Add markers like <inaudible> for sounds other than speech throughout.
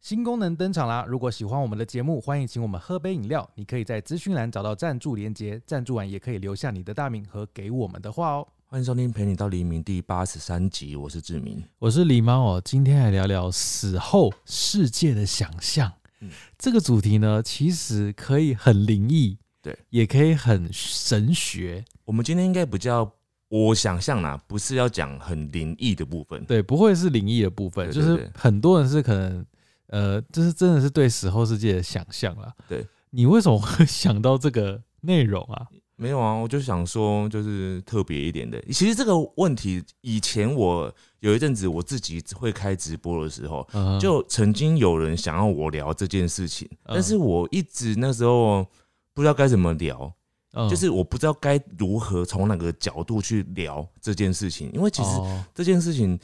新功能登场啦！如果喜欢我们的节目，欢迎请我们喝杯饮料。你可以在资讯栏找到赞助连结，赞助完也可以留下你的大名和给我们的话哦。欢迎收听《陪你到黎明》第八十三集，我是志明。我是狸猫哦，今天来聊聊死后世界的想象。嗯这个主题呢，其实可以很灵异，对，也可以很神学，我们今天应该比较，我想象啦，不是要讲很灵异的部分，对，不会是灵异的部分，对就对是对很多人是可能，呃，就是真的是对死后世界的想象啦。对，你为什么会想到这个内容啊？没有啊，我就想说，就是特别一点的。其实这个问题，以前我有一阵子我自己会开直播的时候，嗯就曾经有人想要我聊这件事情，嗯但是我一直那时候不知道该怎么聊，嗯就是我不知道该如何从哪个角度去聊这件事情，因为其实哦这件事情，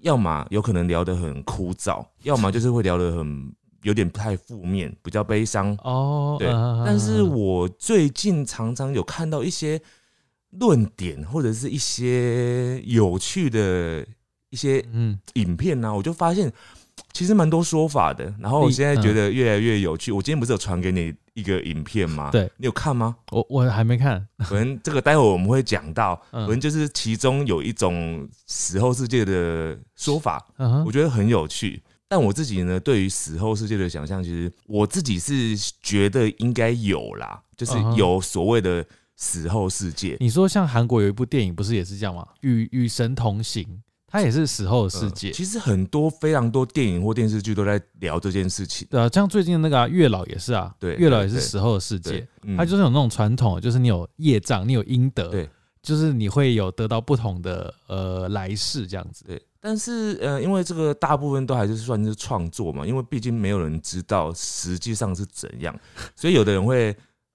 要么有可能聊得很枯 <laughs> 燥，要么就是会聊得很有点太负面，比较悲伤。哦，对嗯但是我最近常常有看到一些论点，或者是一些有趣的一些嗯，影片呢、我就发现其实蛮多说法的。然后我例现在觉得越来越有趣。我今天不是有传给你一个影片吗？对，你有看吗？我嗯我还没看，可能这个待会我们会讲到，嗯可能就是其中有一种死后世界的说法，嗯哼我觉得很有趣。但我自己呢，对于死后世界的想象，其实我自己是觉得应该有啦，就是嗯哼有所谓的死后世界。你说像韩国有一部电影，不是也是这样吗？与与神同行，它也是死后的世界。呃其实很多非常多电影或电视剧都在聊这件事情。对啊，像最近那个啊月老也是啊，对月老也是对对死后的世界对，，嗯它就是有那种传统，就是你有业障，你有阴德，对，就是你会有得到不同的呃来世这样子。对。但是呃，因为这个大部分都还是算是创作嘛，因为毕竟没有人知道实际上是怎样，所以有的人会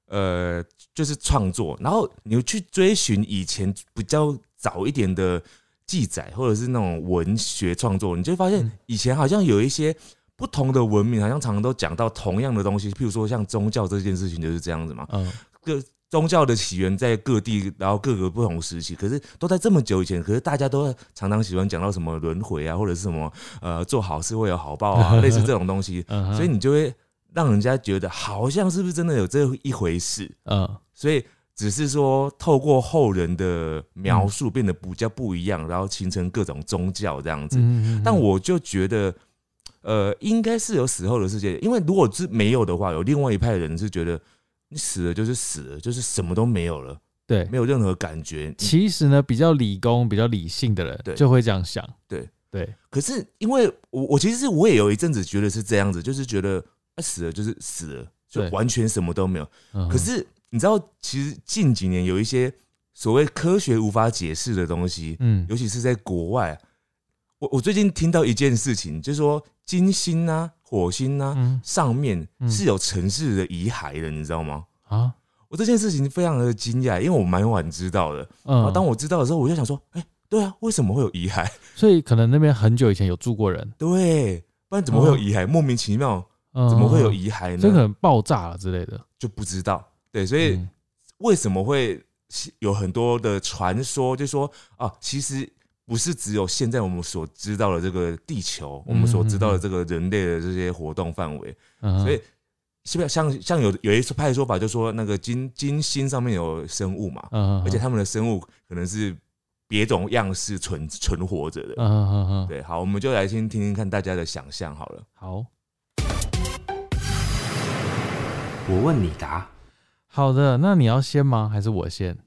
呃就是创作，然后你去追寻以前比较早一点的记载，或者是那种文学创作，你就会发现嗯以前好像有一些。不同的文明好像常常都讲到同样的东西，譬如说像宗教这件事情就是这样子嘛。嗯，宗教的起源在各地，然后各个不同时期，可是都在这么久以前，可是大家都常常喜欢讲到什么轮回啊，或者是什么呃做好事会有好报啊， <laughs> 类似这种东西，嗯哼所以你就会让人家觉得好像是不是真的有这一回事，嗯所以只是说透过后人的描述变得比较不一样，然后形成各种宗教这样子。嗯，但我就觉得，呃，应该是有死后的世界，因为如果是没有的话，有另外一派人是觉得你死了就是死了，就是什么都没有了，对没，有任何感觉。你其实呢，比较理工、比较理性的对人就会这样想。对对，可是因为我我其实我也有一阵子觉得是这样子，就是觉得、啊、死了就是死了，就对完全什么都没有。嗯哼可是你知道，其实近几年有一些所谓科学无法解释的东西，嗯尤其是在国外。啊我我最近听到一件事情，就是说金星啊、火星啊，嗯上面嗯是有城市的遗骸的，你知道吗？啊我这件事情非常的惊讶，因为我蛮晚知道的。然后嗯，啊当我知道的时候，我就想说，哎、对啊，为什么会有遗骸？ <laughs> 所以可能那边很久以前有住过人，对，不然怎么会有遗骸？莫名其妙，嗯怎么会有？遗骸这可呢？能爆炸了之类的。就不知道。对，所以嗯为什么会有很多的传说，就说啊，其实不是只有现在我们所知道的这个地球，我们所知嗯道的这个人类的这些活动范围，嗯哼所以是不是像像有有一派说法，就说那个金金星上面有生物嘛，嗯哼，而且他们的生物可能是别种样式存存活着的。嗯哼哼哼，对，好，我们就来先听听看大家的想象好了。好。我问你答，好的，那你要先吗？还是我先？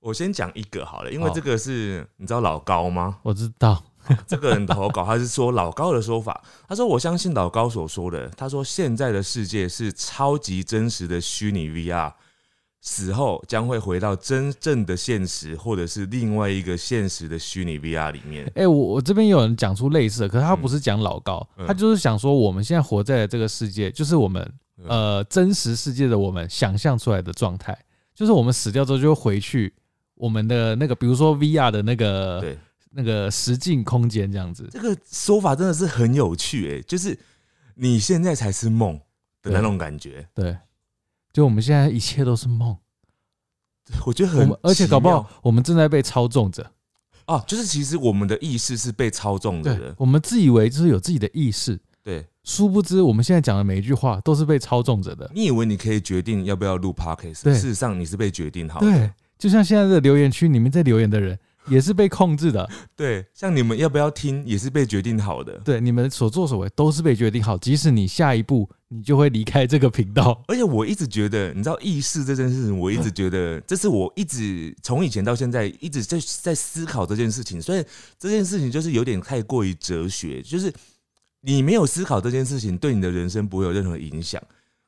我先讲一个好了，因为好这个是你知道老高吗？我知道， <laughs> 这个人投稿，他是说老高的说法。他说：“我相信老高所说的。他说现在的世界是超级真实的虚拟 VR，死后将会回到真正的现实，或者是另外一个现实的虚拟 VR 里面。哎、我我这边有人讲出类似的，可是他不是讲老高，嗯他就是想说我们现在活在的这个世界，就是我们嗯呃真实世界的我们想象出来的状态，就是我们死掉之后就会回去我们的那个，比如说 VR 的那个对，那个实境空间这样子。这个说法真的是很有趣、诶，就是你现在才是梦的那种感觉，对，就我们现在一切都是梦，我觉得我很们而且搞不奇好我们正在被操纵着，妙哦，就是其实我们的意识是被操纵着对的，我们自以为就是有自己的意识，对，殊不知我们现在讲的每一句话都是被操纵着的。你以为你可以决定要不要录 podcast，对事实上你是被决定好的。对，就像现在的留言区里面在留言的人也是被控制的。对，像你们要不要听也是被决定好的。对，你们所作所为都是被决定好，即使你下一步你就会离开这个频道。而且我一直觉得，你知道意识这件事情，我一直觉得这是我一直从以前到现在一直在在思考这件事情，所以这件事情就是有点太过于哲学，就是你没有思考这件事情，对你的人生不会有任何影响，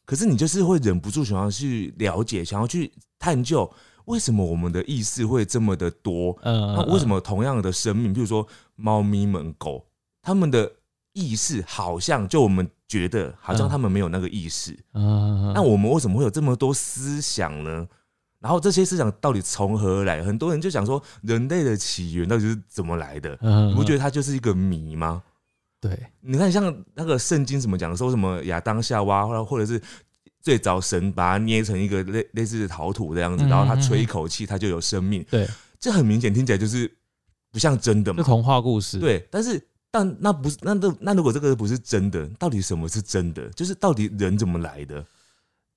可是你就是会忍不住想要去了解，想要去探究为什么我们的意识会这么的多，嗯，那为什么？么同样的生命，譬如说猫咪们、狗，它们的意识好像就我们觉得好像嗯它们没有那个意识，嗯，那我们为什么会有这么多思想呢？然后这些思想到底从何而来？很多人就想说，人类的起源到底是怎么来的？嗯，你不觉得得它就是一个谜吗？对？你看，像那个圣经怎么讲，说什么亚当夏娃，或者或者是最早神把它捏成一个类类似的陶土这样子，嗯然后他嗯吹嗯一口气，它就有生命。对，这很明显听起来就是不像真的嘛就。童话故事。，对，但是但那不是那那那如果这个不是真的，到底什么是真的？就是到底人怎么来的？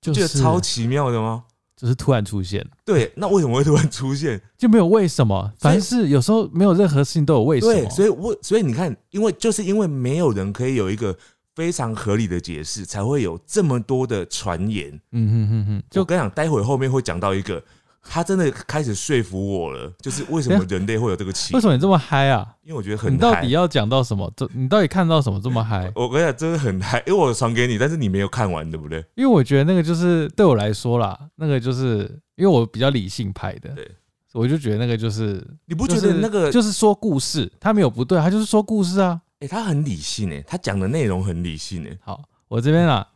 就觉是啊得超奇妙的吗？就是突然出现，对，那为什么会突然出现？就没有为什么，所以凡事有时候没有任何事情都有为什么。对，所以我所以你看，因为就是因为没有人可以有一个非常合理的解释，才会有这么多的传言。嗯哼哼哼，就就跟你讲，待会后面会讲到一个，他真的开始说服我了，就是为什么人类会有这个奇为，什么你这么嗨啊？因为我觉得很你到嗨底要讲到什么？这你到底看到什么这么 <laughs> 嗨？我跟你讲，真的很嗨，因为我传给你，但是你没有看完，对不对？因为我觉得那个就是对我来说啦，那个就是因为我比较理性派的，对，我就觉得那个就是你不不觉得那个就是说故事，他没有不对，他就是说故事啊。哎、他很理性哎，他讲的内容很理性哎，好，我这边啊，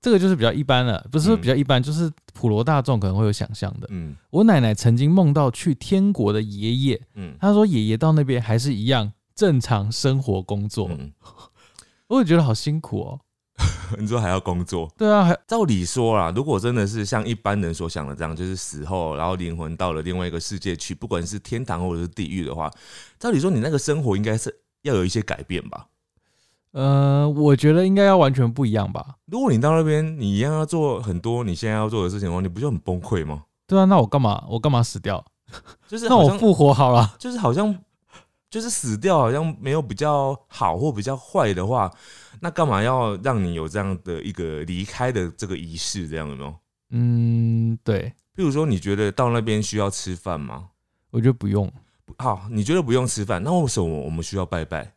这个就是比较一般了，不是说嗯比较一般，就是普罗大众可能会有想象的。嗯我奶奶曾经梦到去天国的爷爷，嗯，她说爷爷到那边还是一样正常生活工作，嗯，我也觉得好辛苦哦。你说还要工作？对啊，还照理说啦，如果真的是像一般人所想的这样，就是死后然后灵魂到了另外一个世界去，不管是天堂或者是地狱的话，照理说你那个生活应该是要有一些改变吧。呃，我觉得应该要完全不一样吧。如果你到那边，你一样要做很多你现在要做的事情的话，你不就很崩溃吗？对啊，那我干嘛？我干嘛死掉？就是那好我像，复活好了。就是好像，就是死掉好像没有比较好或比较坏的话，那干嘛要让你有这样的一个离开的这个仪式？这样有没有？嗯，对，譬如说，你觉得到那边需要吃饭吗？我觉得不用，不好，你觉得不用吃饭，那为什么我们需要拜拜？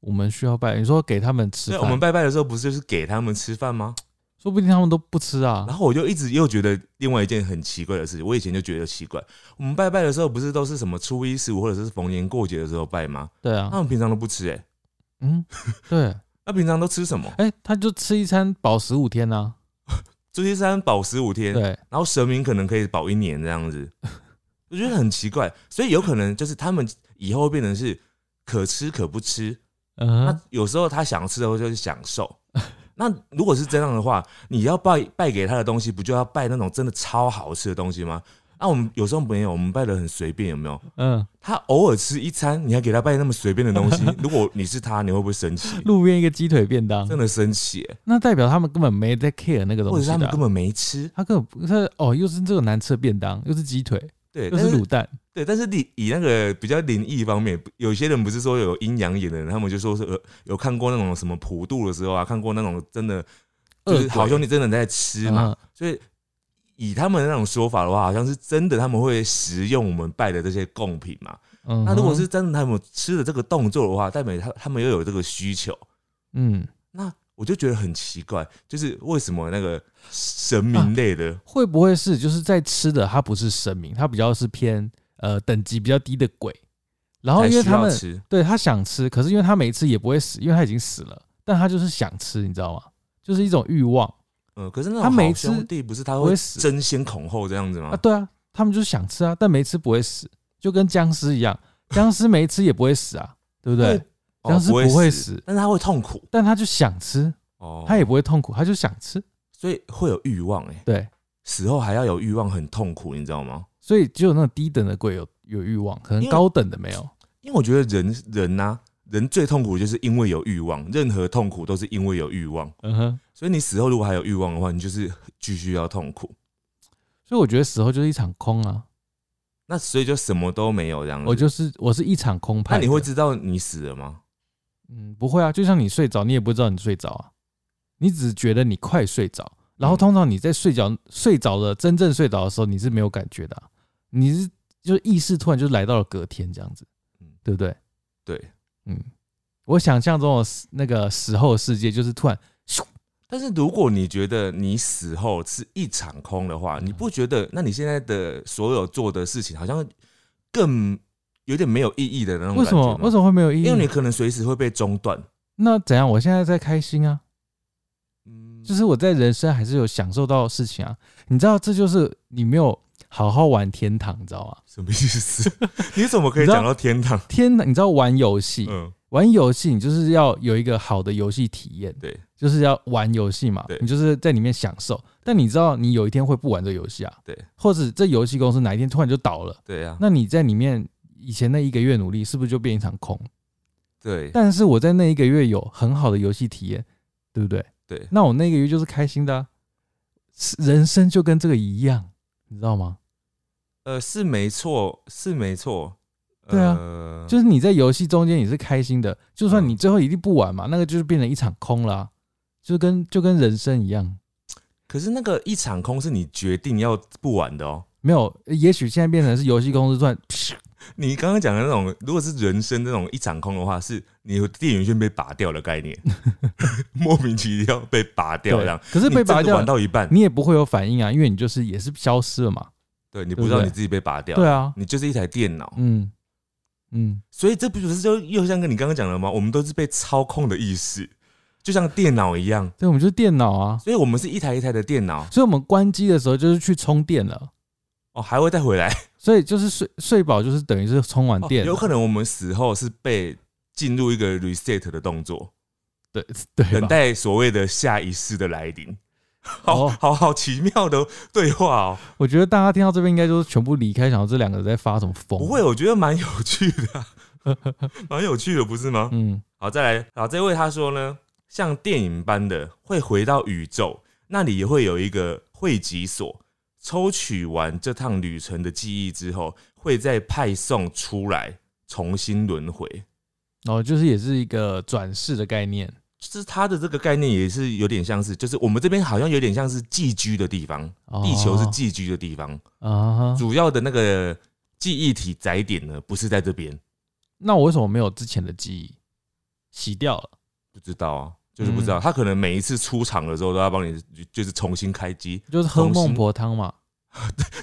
我们需要拜。你说给他们吃对，饭，我们拜拜的时候不是就是给他们吃饭吗？说不定他们都不吃啊然。后我就一直又觉得另外一件很奇怪的事情，我以前就觉得奇怪，我们拜拜的时候不是都是什么初一十五或者是逢年过节的时候拜吗？对啊他，们平常都不吃、欸，哎，嗯，对， <laughs> 那平常都吃什么？哎、他就吃一餐饱十五天啊呐、朱一山保十五天，对，然后神明可能可以保一年这样子， <laughs> 我觉得很奇怪，所以有可能就是他们以后变成是可吃可不吃，嗯那哼，有时候他想吃的时候就是享受。 <laughs> 那如果是这样的话，你要拜拜给他的东西，不就要拜那种真的超好吃的东西吗？那我们有时候没有，我们拜的很随便，有没有？嗯，他偶尔吃一餐，你还给他拜那么随便的 <laughs> 东西，如果你是他，你会不会生气？路边一个鸡腿便当，真的生气、欸，那代表他们根本没在 care 那个或东者西是嗯的啊、他们根本没吃，他根本不他哦，又是这个难吃的便当，又是鸡腿，对，又但是卤蛋，对，但是你以那个比较灵异方面，有些人不是说有阴阳眼的人，他们就说是呃有看过那种什么普渡的时候啊，看过那种真的就恶是鬼好兄弟真的在吃嘛，嗯所以以他们那种说法的话，好像是真的他们会食用我们拜的这些贡品嘛。嗯哼，那如果是真的他们吃的这个动作的话，代表他他们又有这个需求，嗯，那我就觉得很奇怪，就是为什么那个神啊明类的、会不会是就是在吃的，它不是神明，它比较是偏呃等级比较低的鬼，然后才因为需他要们吃，对他想吃，可是因为他没吃也不会死，因为他已经死了，但他就是想吃，你知道吗？就是一种欲望嗯，可是那他种没好吃兄弟不是他不会会死争先恐后这样子吗？啊，对啊，他们就是想吃啊，但没吃不会死，就跟僵尸一 <laughs> 样，僵尸没吃也不会死啊，对不对？哦僵尸不会死但是他会痛苦但他就想吃，哦他也不会痛苦，他就想吃，所以会有欲望哎、对，死后还要有欲望，很痛苦，你知道吗？所以只有那种低等的鬼有有欲望，可能因为高等的没有，因为我觉得人人呐、啊人最痛苦就是因为有欲望，任何痛苦都是因为有欲望。嗯哼，所以你死后如果还有欲望的话，你就是继续要痛苦。所以我觉得死后就是一场空啊，那所以就什么都没有这样子。我就是我是一场空派嗯那的。你会知道你死了吗？嗯，不会啊，就像你睡着，你也不知道你睡着啊，你只觉得你快睡着，然后嗯通常你在睡觉睡着了，真正睡着的时候，你是没有感觉的啊、你是就是意识突然就来到了隔天这样子，嗯对不对？对，嗯，我想象中的死那个死后世界就是突然，但是如果你觉得你死后是一场空的嗯话，你不觉得那你现在的所有做的事情好像更有点没有意义的那种为什么为什么？么会没有意义？因为你可能随时会被中断。那怎样？我现在在开心啊，嗯，就是我在人生还是有享受到事情啊。你知道，这就是你没有好好玩天堂，你知道吗？什么意思？ <laughs> 你怎么可以讲到天堂？天堂，你知道玩游戏，嗯，玩游戏你就是要有一个好的游戏体验，对，就是要玩游戏嘛对，你就是在里面享受。但你知道，你有一天会不玩这游戏啊，对，或者这游戏公司哪一天突然就倒了，对啊，那你在里面以前那一个月努力，是不是就变一场空？对但是我在那一个月有很好的游戏体验，对不对？对。那我那个月就是开心的、啊，是人生就跟这个一样，你知道吗？呃，是没错，是没错。对啊呃就是你在游戏中间你是开心的，就算嗯你最后一定不玩嘛，那个就是变成一场空啦、就跟就跟人生一样，可是那个一场空是你决定要不玩的哦。没有，也许现在变成是游戏公司赚，你刚刚讲的那种，如果是人生那种一场空的话，是你有电源线被拔掉的概 <laughs> 念，莫名其妙被拔掉这样。可是被拔你真的掉玩，到一半，你也不会有反应啊，因为你就是也是消失了嘛。对你不知道对不对你自己被拔掉，对啊，你就是一台电脑。嗯嗯，所以这不就是就又像跟你刚刚讲的吗？我们都是被操控的意识，就像电脑一样。对，我们就是电脑啊，所以我们是一台一台的电脑所以我们关机的时候就是去充电了。哦，还会再回来。所以就是睡睡饱，就是等于是充完哦电了、有可能我们死后是被进入一个 reset 的动作，对 <laughs> 对吧等待所谓的下一世的来临。好哦，好好奇妙的对话哦，我觉得大家听到这边应该就是全部离开，想到这两个人在发什么疯？不会，，我觉得蛮有趣的啊、 <laughs> 蛮有趣的，不是吗？嗯，好，再来，好，这位他说呢，像电影般的会回到宇宙，那里也会有一个汇集所，抽取完这趟旅程的记忆之后，会再派送出来，重新轮回。哦，就是也是一个转世的概念，就是它的这个概念也是有点像是，就是我们这边好像有点像是寄居的地方，哦地球是寄居的地方，啊哈。主要的那个记忆体载点呢，不是在这边，那我为什么没有之前的记忆洗掉了？不知道啊，就是不知道，他可能每一次出场的时候都要帮你，就是重新开机，就是喝孟婆汤嘛，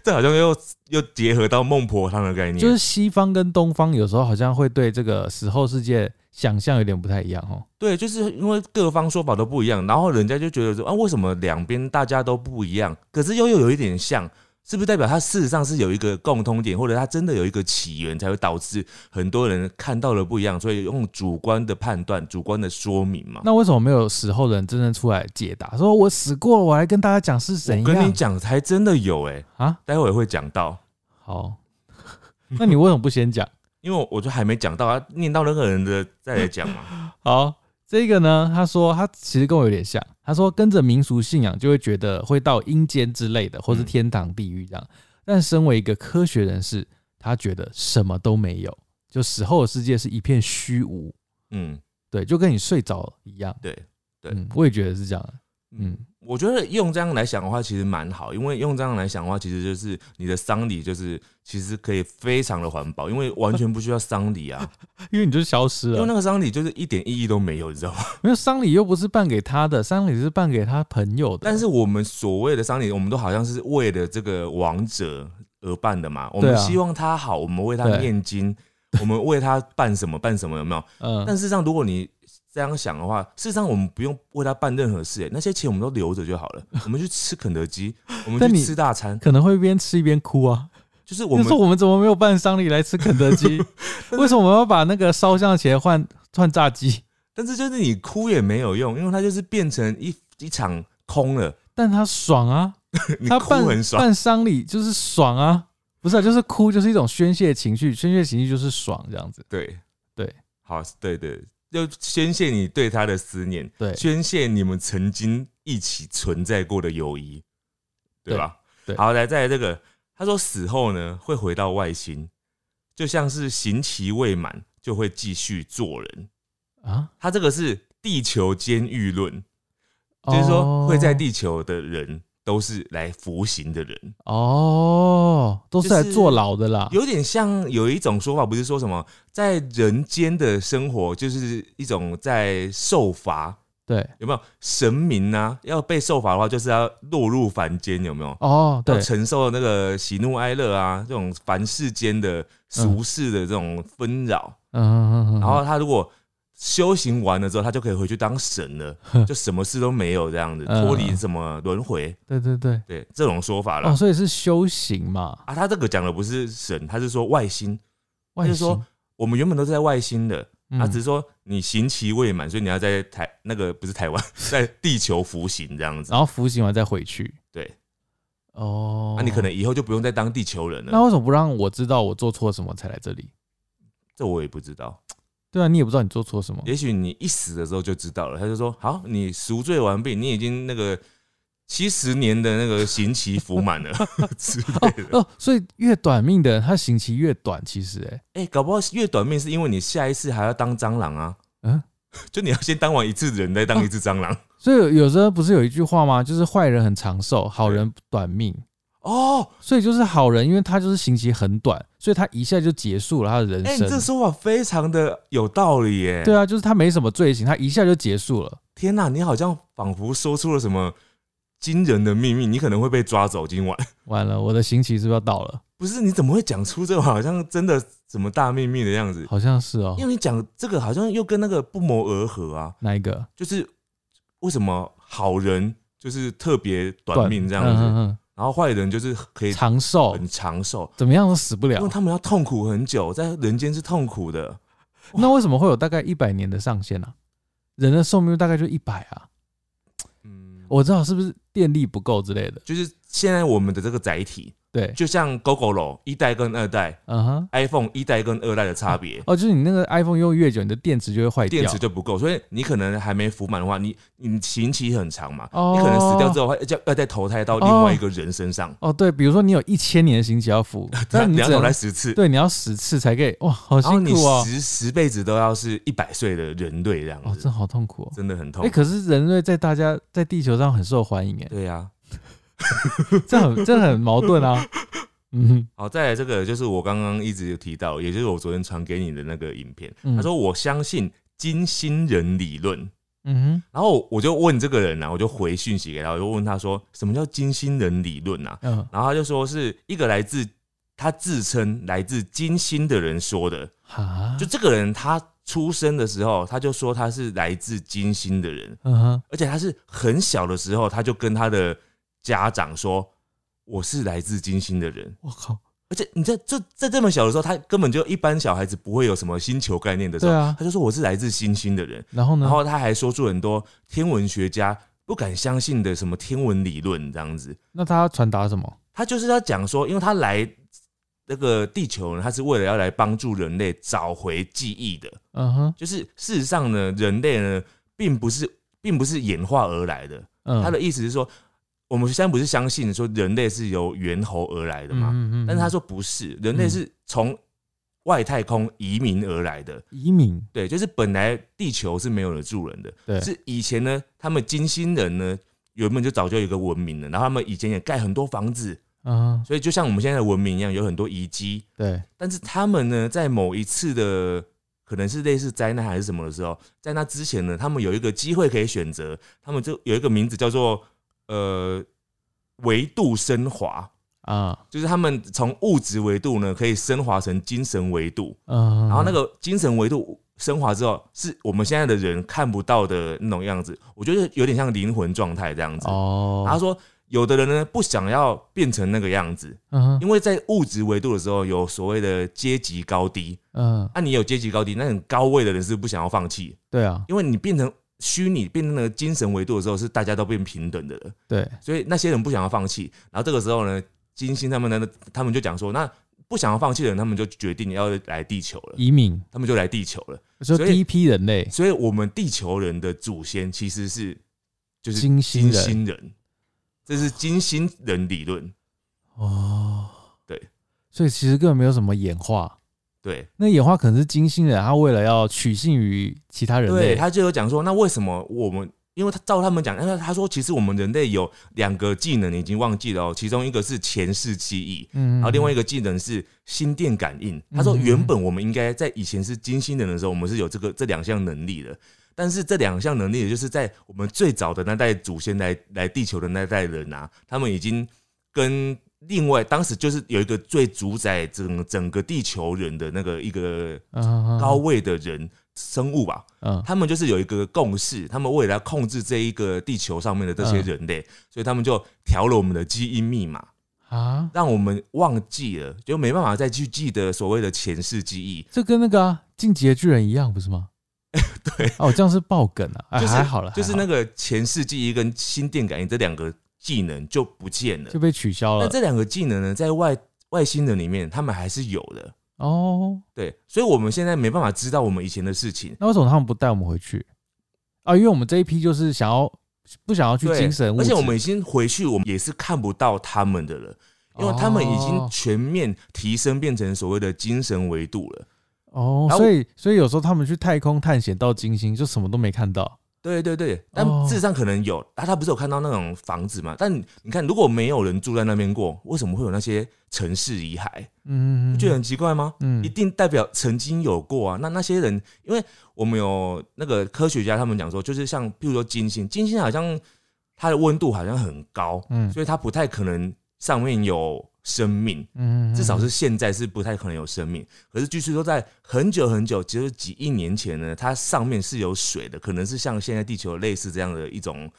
这好像又又结合到孟婆汤的概念，就是西方跟东方有时候好像会对这个死后世界想象有点不太一样哦。对，就是因为各方说法都不一样，然后人家就觉得说啊，为什么两边大家都不一样，可是又又有一点像，是不是代表它事实上是有一个共通点，或者它真的有一个起源，才会导致很多人看到了不一样，所以用主观的判断、主观的说明嘛。那为什么没有死后的人真正出来解答？说我死过了，我来跟大家讲是怎我样跟你讲，还真的有哎、啊？待会会讲到，好， <laughs> 那你为什么不先讲？因为我就还没讲到啊，念到那个人的再来讲嘛。好，这个呢，他说他其实跟我有点像，他说跟着民俗信仰就会觉得会到阴间之类的，或是嗯天堂、地狱这样。但身为一个科学人士，他觉得什么都没有，就死后的世界是一片虚无，嗯，对，就跟你睡着一样。对对嗯，我也觉得是这样的。嗯嗯，我觉得用这样来想的话，其实蛮好，因为用这样来想的话，其实就是你的丧礼，就是其实可以非常的环保，因为完全不需要丧礼啊， <laughs> 因为你就消失因为了，那个丧礼就是一点意义都没有，你知道吗？没有丧礼又不是办给他的，丧礼是办给他朋友的。 <laughs> 但是我们所谓的丧礼，我们都好像是为了这个亡者而办的嘛，我对们啊希望他好，我们为他对念经，我们为他办什么办什么，有没有？嗯，但事实上，如果你这样想的话，事实上我们不用为他办任何事、欸那些钱我们都留着就好了，我们去吃肯德基，我们但去你吃大餐，可能会边吃一边哭啊。就是我就们说我们怎么没有办丧礼来吃肯德基？ <laughs> 为什么我们要把那个烧香的钱换换炸鸡？但是就是你哭也没有用，因为它就是变成一一场 <laughs> 空了，但他爽啊，你他哭办很爽。办丧礼就是爽啊，不是、啊、就是哭就是一种宣泄情绪，宣泄情绪就是爽这样子。对对，好，对对，要宣泄你对他的思念，对宣泄你们曾经一起存在过的友谊，对对吧？对好，来，再来这个，他说死后呢会回到外星，就像是刑期未满就会继续做人。啊，他这个是地球监狱论，就是说会在哦地球的人都是来服刑的人。哦，都是来就是坐牢的啦。有点像有一种说法，不是说什么在人间的生活就是一种在受罚，对，有没有？神明啊，要被受罚的话，就是要落入凡间，有没有？哦，对要，承受那个喜怒哀乐啊，这种凡世间的俗世的这种纷扰。嗯嗯嗯，然后他如果修行完了之后，他就可以回去当神了，就什么事都没有这样子，嗯脱离什么轮回。对对对，对，这种说法哦，了。所以是修行嘛，啊，他这个讲的不是神，他是说外星。外啊就是说形，我们原本都是在外星的，嗯啊，只是说你刑期未满，所以你要在台那个不是台湾， <laughs> 在地球服刑这样子。然后服刑完再回去。对，哦，那、啊你可能以后就不用再当地球人那了。为什么不让我知道我做错什么才来这里？这我也不知道，对啊，你也不知道你做错什么。也许你一死的时候就知道了。他就说：“好，你赎罪完毕，你已经那个七十年的那个刑期服满 <laughs> 了之类的。哦，所以越短命的人，他刑期越短，其实、欸，哎、搞不好越短命是因为你下一次还要当蟑螂啊。嗯嗯， <laughs> 就你要先当完一次人，再当一次蟑螂。所以有有时候不是有一句话吗？就是坏人很长寿，好人短命。哦，所以就是好人，因为他就是刑期很短，所以他一下就结束了他的人哎、生。你这说法非常的有道理耶。对啊，就是他没什么罪行，他一下就结束了。天呐，你好像仿佛说出了什么惊人的秘密，你可能会被抓走。今晚 <laughs> 完了，我的刑期是不是要到了？不是你怎么会讲出这种好像真的什么大秘密的样子？好像是哦因。为你讲这个好像又跟那个不谋而合啊，哪一个？就是为什么好人就是特别短命这样嗯子，嗯然后坏人就是可以嗯长寿啊很长寿，怎么样都死不因了为。他们要痛苦很久，在人间是痛苦的。那为什么会有大概一百年的上限呢、啊？人的寿命大概就一百啊。嗯，我知道是不是电力不够之类的？就是现在我们的这个载体，对，就像 GoGoRo 一代跟二代嗯哼。 ，iPhone 一代跟二代的差别。哦，就是你那个 iPhone 用越久，你的电池就会坏掉。电池就不够，所以你可能还没服满的话，你你刑期很长嘛，哦你可能死掉之后要要再投胎到另外一个人身上，哦，对，比如说你有一千年的刑期要 <laughs> 服，但你你要只投能胎十次，对，你要十次才可以，哇，好然后辛你苦哦，十十辈子都要是一百岁的人类这样哦，子，真好痛苦哦。真的很哎、痛。可是人类在大家在地球上很受欢迎，哎，对啊呀、这很这很矛盾啊。嗯好，再来这个就是我刚刚一直有提到，也就是我昨天传给你的那个影片，嗯他说我相信金星人理论。嗯然后我就问这个人啊，我就回讯息给他，我就问他说，什么叫金星人理论啊？哼嗯，然后他就说是一个来自他自称来自金星的人说的，哈，就这个人他出生的时候他就说他是来自金星的人，嗯哼，而且他是很小的时候他就跟他的家长说我是来自金星的人，我靠，而且你在这在这么小的时候，他根本就一般小孩子不会有什么星球概念的时对候，啊，嗯他就说我是来自星星的人，然后呢？然后他还说出很多天文学家不敢相信的什么天文理论这样子。那他要传达什么？他就是要讲说，因为他来那个地球呢，他是为了要来帮助人类找回记忆的。嗯哼，就是事实上呢，人类呢，并不是并不是演化而来的。嗯，他的意思是说，我们现在不是相信说人类是由猿猴而来的嘛？嗯嗯嗯但是他说不是，人类是从外太空移民而来的。移民，对，就是本来地球是没有人住人的，对，是以前呢，他们金星人呢，原本就早就有一个文明了，然后他们以前也盖很多房子，嗯哼，所以就像我们现在的文明一样，有很多遗迹。对，但是他们呢，在某一次的可能是类似灾难还是什么的时候，在那之前呢，他们有一个机会可以选择，他们就有一个名字叫做呃维度升华，啊，就是他们从物质维度呢，可以升华成精神维度，嗯，然后那个，个精神维度升华之后，是我们现在的人看不到的那种样子，我觉得有点像灵魂状态这样子。哦，然后他说，有的人呢不想要变成那个样子，嗯哼，因为在物质维度的时候，有所谓的阶级高低。嗯，啊，你有阶级高低，那很高位的人是不想要放弃，对啊，因为你变成虚拟，变成了精神维度的时候，是大家都变平等的了。对，所以那些人不想要放弃。然后这个时候呢，金星他们呢，他们就讲说，那不想要放弃的人，他们就决定要来地球了，移民，他们就来地球了。说所以第一批人类所以我们地球人的祖先其实是就是金星金人星人，这是金星人理论。哦，对，所以其实根本没有什么演化。对，那演化可能是金星人，他为了要取信于其他人类对，，他就有讲说，那为什么我们？因为他照他们讲，那他说其实我们人类有两个技能，已经忘记了哦，其中一个是前世记忆，嗯，然后另外一个技能是心电感应。他说，原本我们应该在以前是金星人的时候，我们是有这个这两项能力的。但是这两项能力，也就是在我们最早的那代祖先来来地球的那代人啊，他们已经跟另外当时就是有一个最主宰整整个地球人的那个一个嗯高，位的人生物吧，嗯嗯他们就是有一个共识，他们为了要控制这一个地球上面的这些嗯人类，所以他们就调了我们的基因密码。啊，让我们忘记了，就没办法再去记得所谓的前世记忆。这跟那个啊《进击的巨人》一样，不是吗？ <laughs> 对，哦，这样是爆梗啊，哎，就是还好了，就是还那好个前世记忆跟心电感应这两个技能就不见了就。被取消那了这两个技能呢，在外外星人里面，他们还是有的。哦。对，所以我们现在没办法知道我们以前的事情。那为什么他们不带我们回去啊？因为我们这一批就是想要不想要去对，精神物而质，且我们已经回去，我们也是看不到他们的了，因为他们已经哦全面提升，变成所谓的精神维度了。哦，然后所以所以有时候他们去太空探险到金星，就什么都没看到。对对对，但哦事实上可能有，啊，他不是有看到那种房子嘛？但你看，如果没有人住在那边过，为什么会有那些城市遗骸？嗯，不觉得很奇怪吗？嗯一定代表曾经有过啊。那那些人，因为我们有那个科学家，他们讲说，就是像譬如说金星，金星好像它的温度好像很高，嗯所以它不太可能上面有生命。嗯，至少是现在是不太可能有生命。可是据说在很久很久，只有几亿年前呢，它上面是有水的，可能是像现在地球类似这样的一种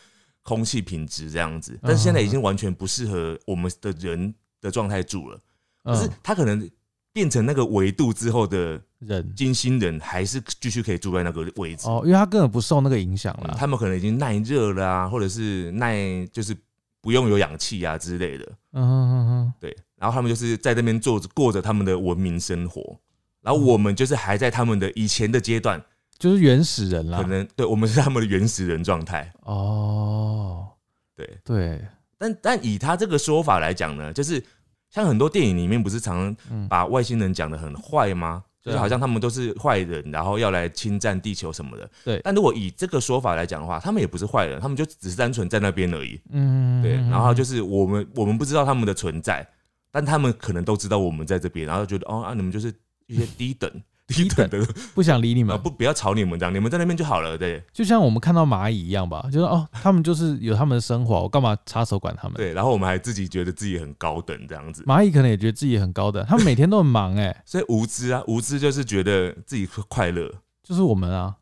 空气品质这样子。但是现在已嗯经完全不适合我们的人的状态住了。可是嗯它可能变成那个维度之后的人金星人，还是继续可以住在那个位置。哦，因为他根本不受那个影响嗯了。他们可能已经耐热了啊，或者是耐就是不用有氧气啊之类的。嗯嗯嗯对，然后他们就是在那边做着过着他们的文明生活，然后我们就是还在他们的以前的阶段，就是原始人嗯啦可。能对我们是他们的原始人状态。哦，对，对，但但以他这个说法来讲呢，就是像很多电影里面不是常嗯常把外星人讲的很坏吗？就对啊是好像他们都是坏人，然后要来侵占地球什么的。对但如果以这个说法来讲的话，他们也不是坏人，他们就只是单纯在那边而已。嗯，对，然后就是是我们我们不知道他们的存在，但他们可能都知道我们在这边，然后觉得哦啊，你们就是一些 <laughs> 低等低等的不想理你 <laughs> 啊，们，不不要吵你们这样，你们在那边就好了，对就像我们看到蚂蚁一样吧，就是哦，他们就是有他们的生活，我干嘛插手管他们？对，然后我们还自己觉得自己很高等这样子，蚂蚁可能也觉得自己很高的，他们每天都很忙哎、所以无知啊，无知就是觉得自己快乐，就是我们 <laughs> 啊。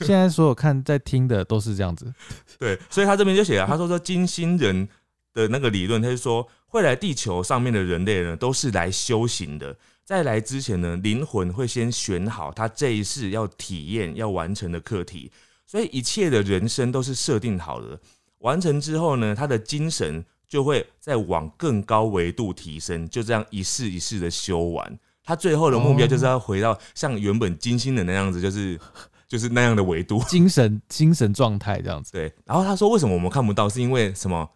现在所有看在听的都是这样子，对，所以他这边就写了，他说说金星人的那个理论，他就说会来地球上面的人类呢，都是来修行的。在来之前呢，灵魂会先选好他这一世要体验、要完成的课题，所以一切的人生都是设定好的。完成之后呢，他的精神就会再往更高维度提升，就这样一世一世的修完。他最后的目标就是要回到像原本金星人那样子，就是就是那样的维度。精神精神状态这样子，对，然后他说为什么我们看不到，是因为什么？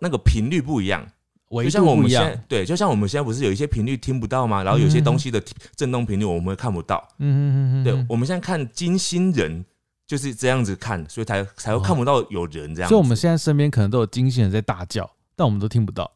那个频率不一样，维就度像我不们一现样在。对，就像我们现在不是有一些频率听不到吗？然后有些东西的振动频率我们会看不到。嗯嗯嗯嗯，对嗯，我们现在看金星人就是这样子看，所以才才会看不到有人这哦样子。所以我们现在身边可能都有金星人在大叫，但我们都听不到。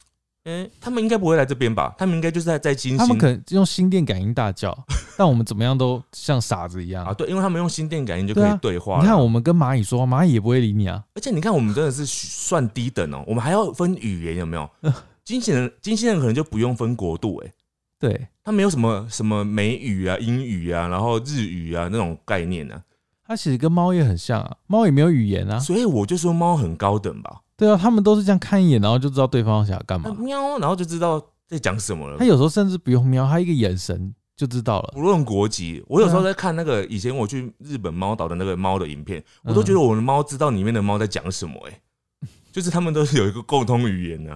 嗯、他们应该不会来这边吧？他们应该就是在在金他们星可能用心电感应大 <laughs> 叫，但我们怎么样都像傻子一样。啊，对，因为他们用心电感应就对可啊以对话了。你看，我们跟蚂蚁说，蚂蚁也不会理你啊。而且你看，我们真的是算低等哦、我们还要分语言有没有？ <laughs> 金星人金星人可能就不用分国度哎、对，它没有什么什么美语啊、英语啊，然后日语啊那种概念呢、它其实跟猫也很像啊，猫也没有语言啊啊，。所以我就说猫很高等吧，对啊，他们都是这样看一眼，然后就知道对方想要干它嘛。喵，然后就知道在讲什么了他。有时候甚至不用瞄，他一个眼神就知道了。不论国籍，我有时候对在看那个以前我去日本猫岛的那个猫的影片，我都嗯觉得我的猫知道里面的猫在讲什么、欸， <laughs> 哎，就是他们都是有一个共通语言呢、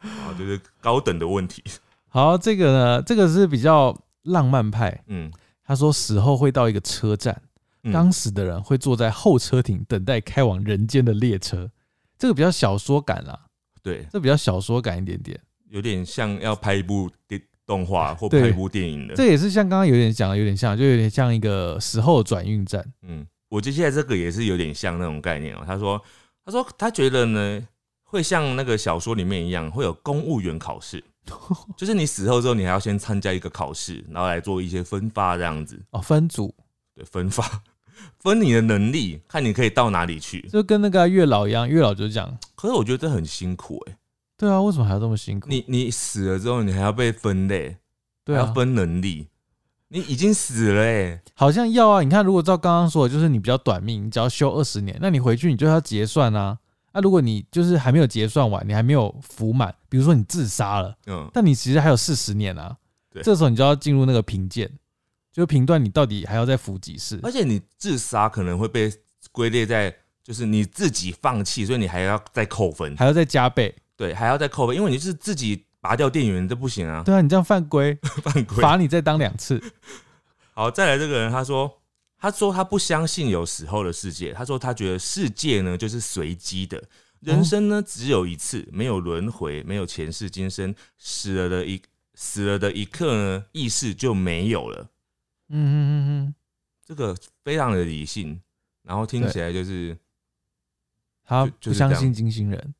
啊，就是高等的问题。好，这个呢，这个是比较浪漫派。嗯，他说死后会到一个车站，嗯当时的人会坐在候车亭等待开往人间的列车，这个比较小说感啦，对，这比较小说感一点点。有点像要拍一部电动画或对拍一部电影的。这也是像刚刚有点讲的，有点像，就有点像一个时候转运站。嗯，我接下来这个也是有点像那种概念哦、他说，他说他觉得呢，会像那个小说里面一样，会有公务员 <laughs> 考试，就是你死后之后，你还要先参加一个考试，然后来做一些分发这样子。哦，分组对，分发 <laughs> 分你的能力，看你可以到哪里去。就跟那个啊月老一样，月老就讲，可是我觉得这很辛苦哎、对啊，为什么还要这么辛苦？你你死了之后，你还要被分类，对还啊要，分能力，你已经死了哎、好像要啊。你看，如果照刚刚说的，就是你比较短命，你只要休二十年，那你回去你就要结算啊。那、如果你就是还没有结算完，你还没有服满，比如说你自杀了，嗯，但你其实还有四十年啊。对这时候你就要进入那个评鉴，就评断你到底还要再服几世。而且你自杀可能会被归类在就是你自己放弃，所以你还要再扣分，还要再加倍，对，还要再扣分，因为你是自己拔掉电源，这不行啊，对啊，你这样 <laughs> 犯规， <laughs> 犯规。罚你再当两次。好，再来这个人，他说，他说他不相信有死后的世界，他说他觉得世界呢就是随机的，人生呢只有一次，没有轮回，没有前世今生，死了的一死了的一刻呢，意识就没有了。嗯嗯嗯嗯，这个非常的理性，然后听起来就是 <laughs> 他就就不是这样相信金星人，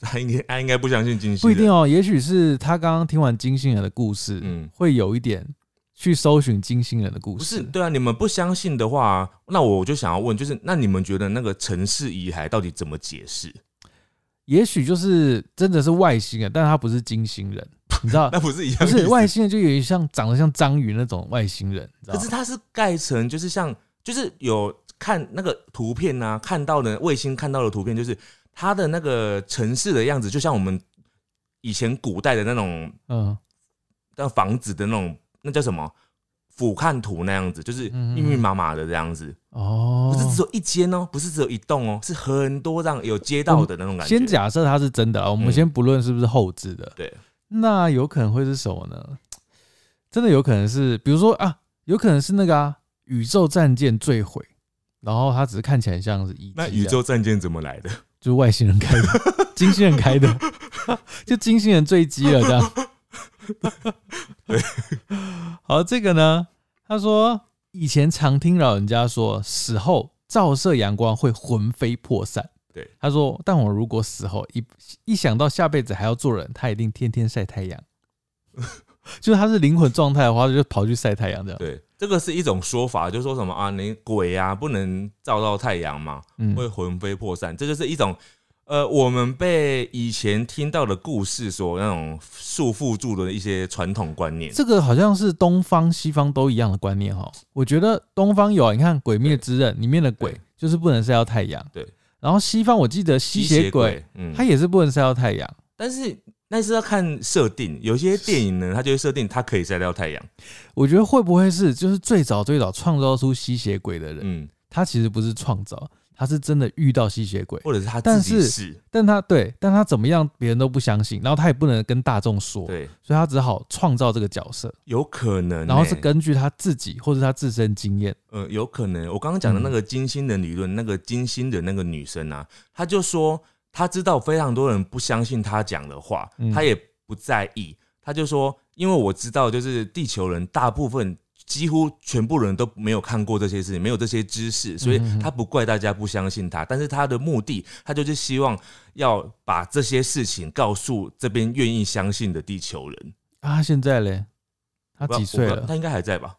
他应该他应该不相信金星人，不一定哦，也许是他刚刚听完金星人的故事，嗯会有一点去搜寻金星人的故不事。是，对啊，你们不相信的话，那我就想要问，就是那你们觉得那个城市遗骸到底怎么解释？也许就是真的是外星人，但他不是金星人，你知 <laughs> 道？ <laughs> 那不是一样不意思？是外星人，就有点像长得像章鱼那种外星人，啊你知道吗可是？它是盖成，就是像，就是有看那个图片啊，看到的卫星看到的图片，就是它的那个城市的样子，就像我们以前古代的那种嗯，那房子的那种，那叫什么俯瞰图那样子，就是嗯密密麻麻的这样子，哦，不是只有一间哦、不是只有一栋哦、是很多这样有街道的那种感觉。哦先假设它是真的啊，我们嗯先不论是不是后置的，对，那有可能会是什么呢？真的有可能是，比如说啊，有可能是那个啊，宇宙战舰坠毁，然后它只是看起来像是遗迹这那样，宇宙战舰怎 <laughs> 么来的？就是外星人开的，金星人开的， <laughs> 就金星人坠机了这样。好，这个呢，他说以前常听老人家说，死后照射阳光会魂飞魄散。对，他说，但我如果死后一一想到下辈子还要做人，他一定天天晒太阳。就是他是灵魂状态的话，他就跑去晒太阳这样。对，这个是一种说法，就说什么啊，你鬼啊不能照到太阳嘛，嗯会魂飞魄散，这就是一种呃，我们被以前听到的故事所那种束缚住的一些传统观念。这个好像是东方、西方都一样的观念哈。我觉得东方有啊，你看《鬼灭之刃》里面的鬼对就是不能晒到太阳，对。然后西方我记得吸血鬼，，嗯他，也是不能晒到太阳，但是那是要看设定，有些电影呢，它就会设定它可以晒到太阳，我觉得会不会是就是最早最早创造出吸血鬼的人，嗯，他其实不是创造，他是真的遇到吸血鬼，或者是他但自己是是，但他对，但他怎么样别人都不相信，然后他也不能跟大众说，对，所以他只好创造这个角色，有可能欸、然后是根据他自己或者他自身经验，呃，有可能。我刚刚讲嗯的那个金星人理论，那个金星的那个女生啊，她就说她知道非常多人不相信她讲的话，嗯她也不在意。她就说，因为我知道，就是地球人大部分几乎全部人都没有看过这些事情，没有这些知识，所以嗯嗯嗯她不怪大家不相信她。但是她的目的，她就是希望要把这些事情告诉这边愿意相信的地球人。啊，现在嘞，他我不知几道岁我不知道了她？应该还在吧？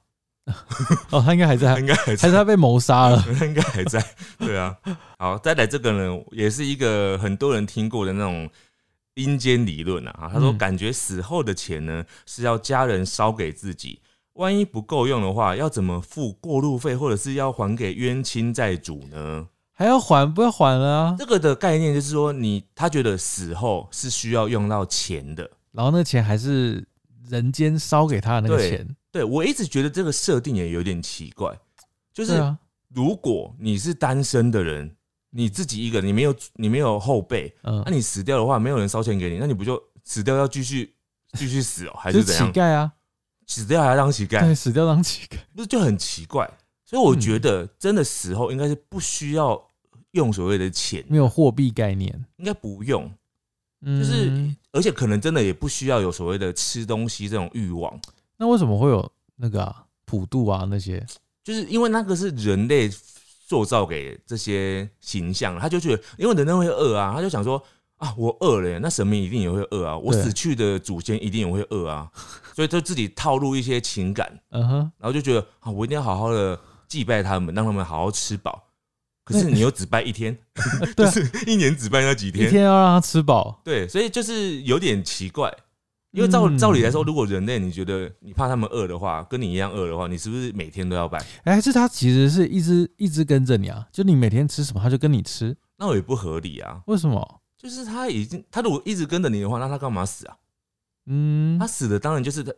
哦，他应该还在她，应该还在还是。他被谋杀 <laughs> 了？应该还在。对啊，好，再来这个呢，也是一个很多人听过的那种阴间理论啊。他说，嗯感觉死后的钱呢是要家人烧给自己，万一不够用的话，要怎么付过路费，或者是要还给冤亲债主呢？还要还，不要还了啊！这个的概念就是说你，他觉得死后是需要用到钱的。然后那个钱还是人间烧给他的那个对钱，对我一直觉得这个设定也有点奇怪，对就是啊，如果你是单身的人，你自己一个人，你没有你没有后辈，嗯，啊那、你死掉的话，没有人烧钱给你，那你不就死掉要继续继续死哦、还就是是怎乞样？丐啊，死掉还要当乞丐对，，死掉当乞丐，不是就很奇怪？所以嗯我觉得真的死后应该是不需要用所谓的钱，没有货币概念，嗯应该不用，就 <laughs> 就是而且可能真的也不需要有所谓的吃东西这种欲望，那为什么会有那个啊普渡啊那 <laughs> 些？就是因为那个是人类塑造给这些形象，他就觉得因为人类会饿啊，他就想说。啊，我饿了耶，那神明一定也会饿啊，我对死去的祖先一定也会饿啊，所以就自己套入一些情感，嗯哼，然后就觉得啊，我一定要好好的祭拜他们，让他们好好吃饱。可是那你又只拜一 <laughs> 天，对就啊是一年只拜那几一天，天要让他吃饱，对，所以就是有点奇怪。因为照嗯照理来说，如果人类你觉得你怕他们饿的话，跟你一样饿的话，你是不是每天都要拜？哎、还是他其实是一直一直跟着你啊，就你每天吃什么，他就跟你吃，那也不合理啊。为什么？就是他已经，他如果一直跟着你的话，那他干嘛死啊？嗯他，死的当然就是他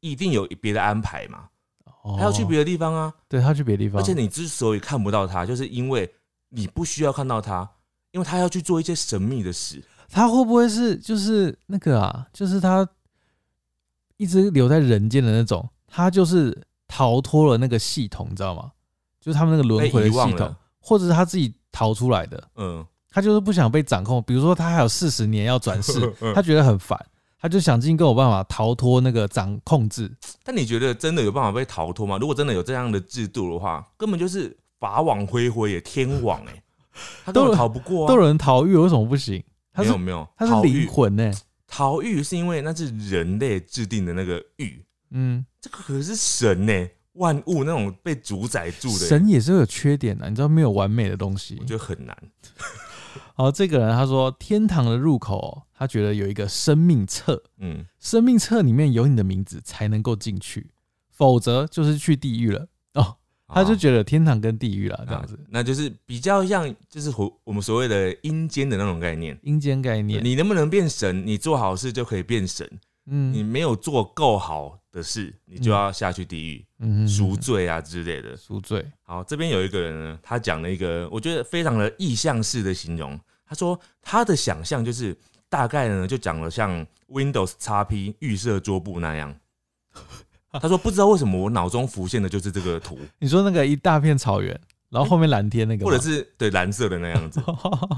一定有别的安排嘛，他他要去别的地方啊。哦对他去别的地方，而且你之所以看不到他，就是因为你不需要看到他，因为他要去做一些神秘的事。他会不会是就是那个啊，就是他一直留在人间的那种，他就是逃脱了那个系统，你知道吗？就是他们那个轮被回的遗忘系统了，，或者是他自己逃出来的，嗯，他就是不想被掌控。比如说，他还有四十年要转 <laughs> 世，嗯他觉得很烦，他就想尽各种办法逃脱那个掌控制。但你觉得真的有办法被逃脱吗？如果真的有这样的制度的话，根本就是法网恢恢耶，天网 <laughs> 哎、他都根本有逃不过啊。都有人逃狱，为什么不行？他没是有没有，他是逃灵狱，魂呢、欸逃狱是因为那是人类制定的那个狱，嗯，这个可是神呢、万物那种被主宰住的耶、神也是有缺点的，你知道没有完美的东西我。觉得很难。好，这个人他说，天堂的入口哦，他觉得有一个生命册，嗯，生命册里面有你的名字才能够进去，否则就是去地狱了。哦，他就觉得天堂跟地狱了得这样子，那就是比较像就是我我们所谓的阴间的那种概念。阴间概念。你能不能变神？你做好事就可以变神，你嗯没有做够好的事，你就要下去地狱。嗯赎罪啊之类的。赎罪，好，这边有一个人呢，他讲了一个我觉得非常的意象式的形容。他说他的想象就是大概呢就讲了像 Windows XP 预设桌布 <laughs> 那样。他说不知道为什么我脑中浮现的就是这个图，你说那个一大片草原，然后后面蓝天那个吗，哎或者是对蓝色的那 <laughs> 样子。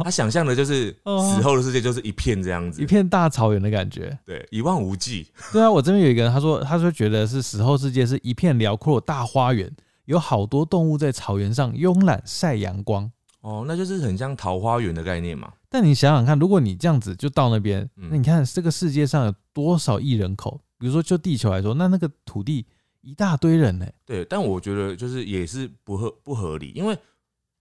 他想象的就是哦死后的世界就是一片这样子一，片大草原的感觉。对，一望无际。对啊，我这边有一个人，他说，他说觉得是死后世界是一片辽阔的大花园，有好多动物在草原上慵懒晒阳光。哦，那就是很像桃花源的概念嘛。但你想想看，如果你这样子就到那边，嗯那你看这个世界上有多少亿人口？比如说就地球来说，那那个土地一大堆人呢、对，但我觉得就是也是不合不合理，因为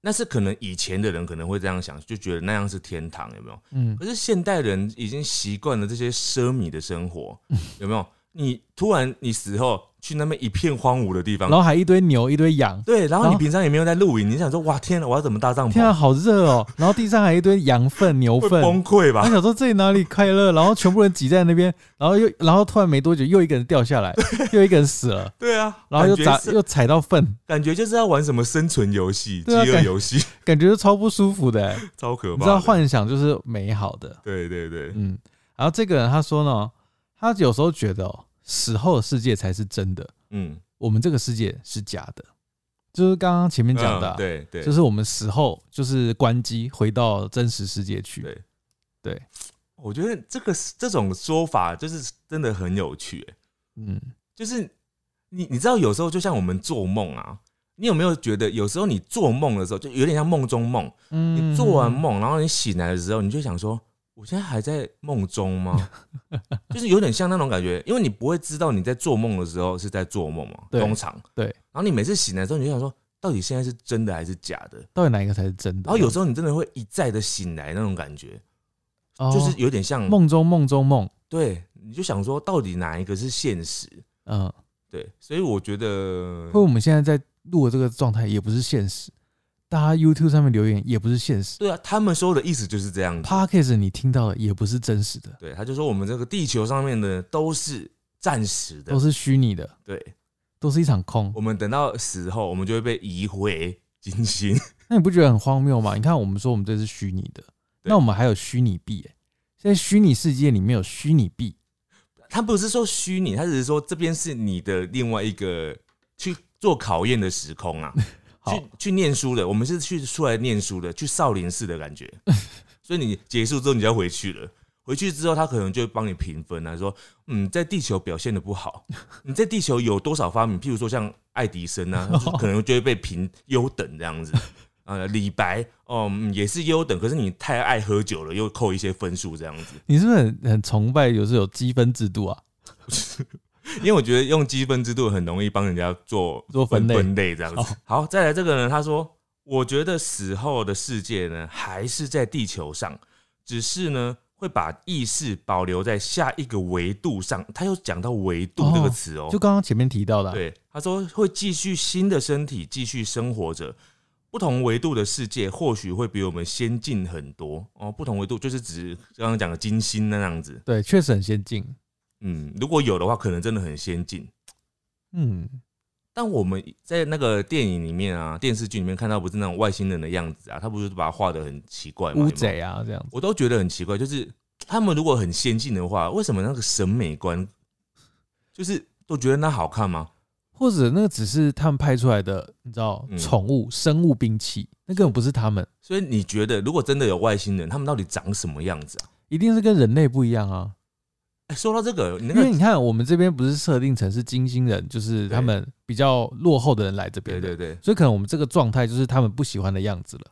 那是可能以前的人可能会这样想，就觉得那样是天堂，有没有？嗯可，是现代人已经习惯了这些奢靡的生活，嗯有没有？你突然你死后去那边一片荒芜的地然方，后还一堆牛，一堆羊。对，然后然你后平常也没有在露营，你想说哇天哪，我要怎么搭帐 <laughs> 天啊，篷？好热哦！ <laughs> 然后地上还一堆羊粪、牛会粪，崩溃吧他？想说这里哪里快乐，然后全部人挤在那边，然后又然后突然没多久又一个人掉下来，又一个人死了，对啊，然后又感砸觉是又踩到粪，感觉就是要玩什么生存游戏、饥对啊饿感游戏， <laughs> 感觉就超不舒服的欸、超可你怕知道的。幻想就是美好的，对对对，嗯。然后这个人他说呢，他有时候觉得哦，死后的世界才是真的，嗯，我们这个世界是假的，就是刚刚前面讲的啊、嗯对对，就是我们死后就是关机回到真实世界去对，对，我觉得这个是这种说法就是真的很有趣、欸嗯，就是你你知道有时候就像我们做梦啊，你有没有觉得有时候你做梦的时候就有点像梦中梦，嗯你做完梦然后你醒来的时候你就想说。我现在还在梦中吗？ <laughs> 就是有点像那种感觉，因为你不会知道你在做梦的时候是在做梦嘛，对通常对然后你每次醒来的时候，你就想说，到底现在是真的还是假的？到底哪一个才是真的？然后哦有时候你真的会一再的醒来那种感觉，哦就是有点像梦中梦中梦，对，你就想说到底哪一个是现实？嗯，对，所以我觉得因为我们现在在录的这个状态也不是现实，大家 YouTube 上面留言也不是现实对啊，他们说的意思就是这样子。 ，Podcast 你听到的也不是真实的，对，他就说我们这个地球上面的都是暂时的都，是虚拟的，对，都是一场空我。们等到死后，我们就会被移回金星。那你不觉得很荒谬吗？你看，我们说我们这是虚拟的，对那我们还有虚拟币、欸，现在虚拟世界里面有虚拟币，他不是说虚拟，他只是说这边是你的另外一个去做考验的时空啊，好去去念书的，我们是去出来念书的，去少林寺的感觉。所以你结束之后，你就要回去了。回去之后，他可能就会帮你评分啊，说嗯，在地球表现的不好，你在地球有多少发明？譬如说像爱迪生啊，就是可能就会被评优等这样子。呃，李白哦、嗯也是优等，可是你太爱喝酒了，又扣一些分数这样子。你是不是很很崇拜有时候有积分制度啊？ <laughs> 因为我觉得用积分制度很容易帮人家做做分类哦分类这样子。好，再来这个人，他说：“我觉得死后的世界呢，还是在地球上，只是呢会把意识保留在下一个维度上。”他又讲到维度这个词哦，就刚刚前面提到的啊、对，他说会继续新的身体继续生活着。不同维度的世界或许会比我们先进很多哦。不同维度就是指刚刚讲的金星那样子，对，确实很先进。嗯，如果有的话，可能真的很先进。嗯，但我们在那个电影里面啊，电视剧里面看到不是那种外星人的样子啊，他不是把它画的很奇怪吗？乌有没有贼啊这样子。我都觉得很奇怪，就是他们如果很先进的话，为什么那个审美观就是都觉得那好看吗？或者那个只是他们派出来的，你知道嗯，宠物、生物兵器，那根本不是他们，所以你觉得，如果真的有外星人，他们到底长什么样子啊？一定是跟人类不一样啊。哎、说到这个，你那因个为你看，我们这边不是设定成是金星人，就是对他们比较落后的人来这边对的，对对，所以可能我们这个状态就是他们不喜欢的样子了。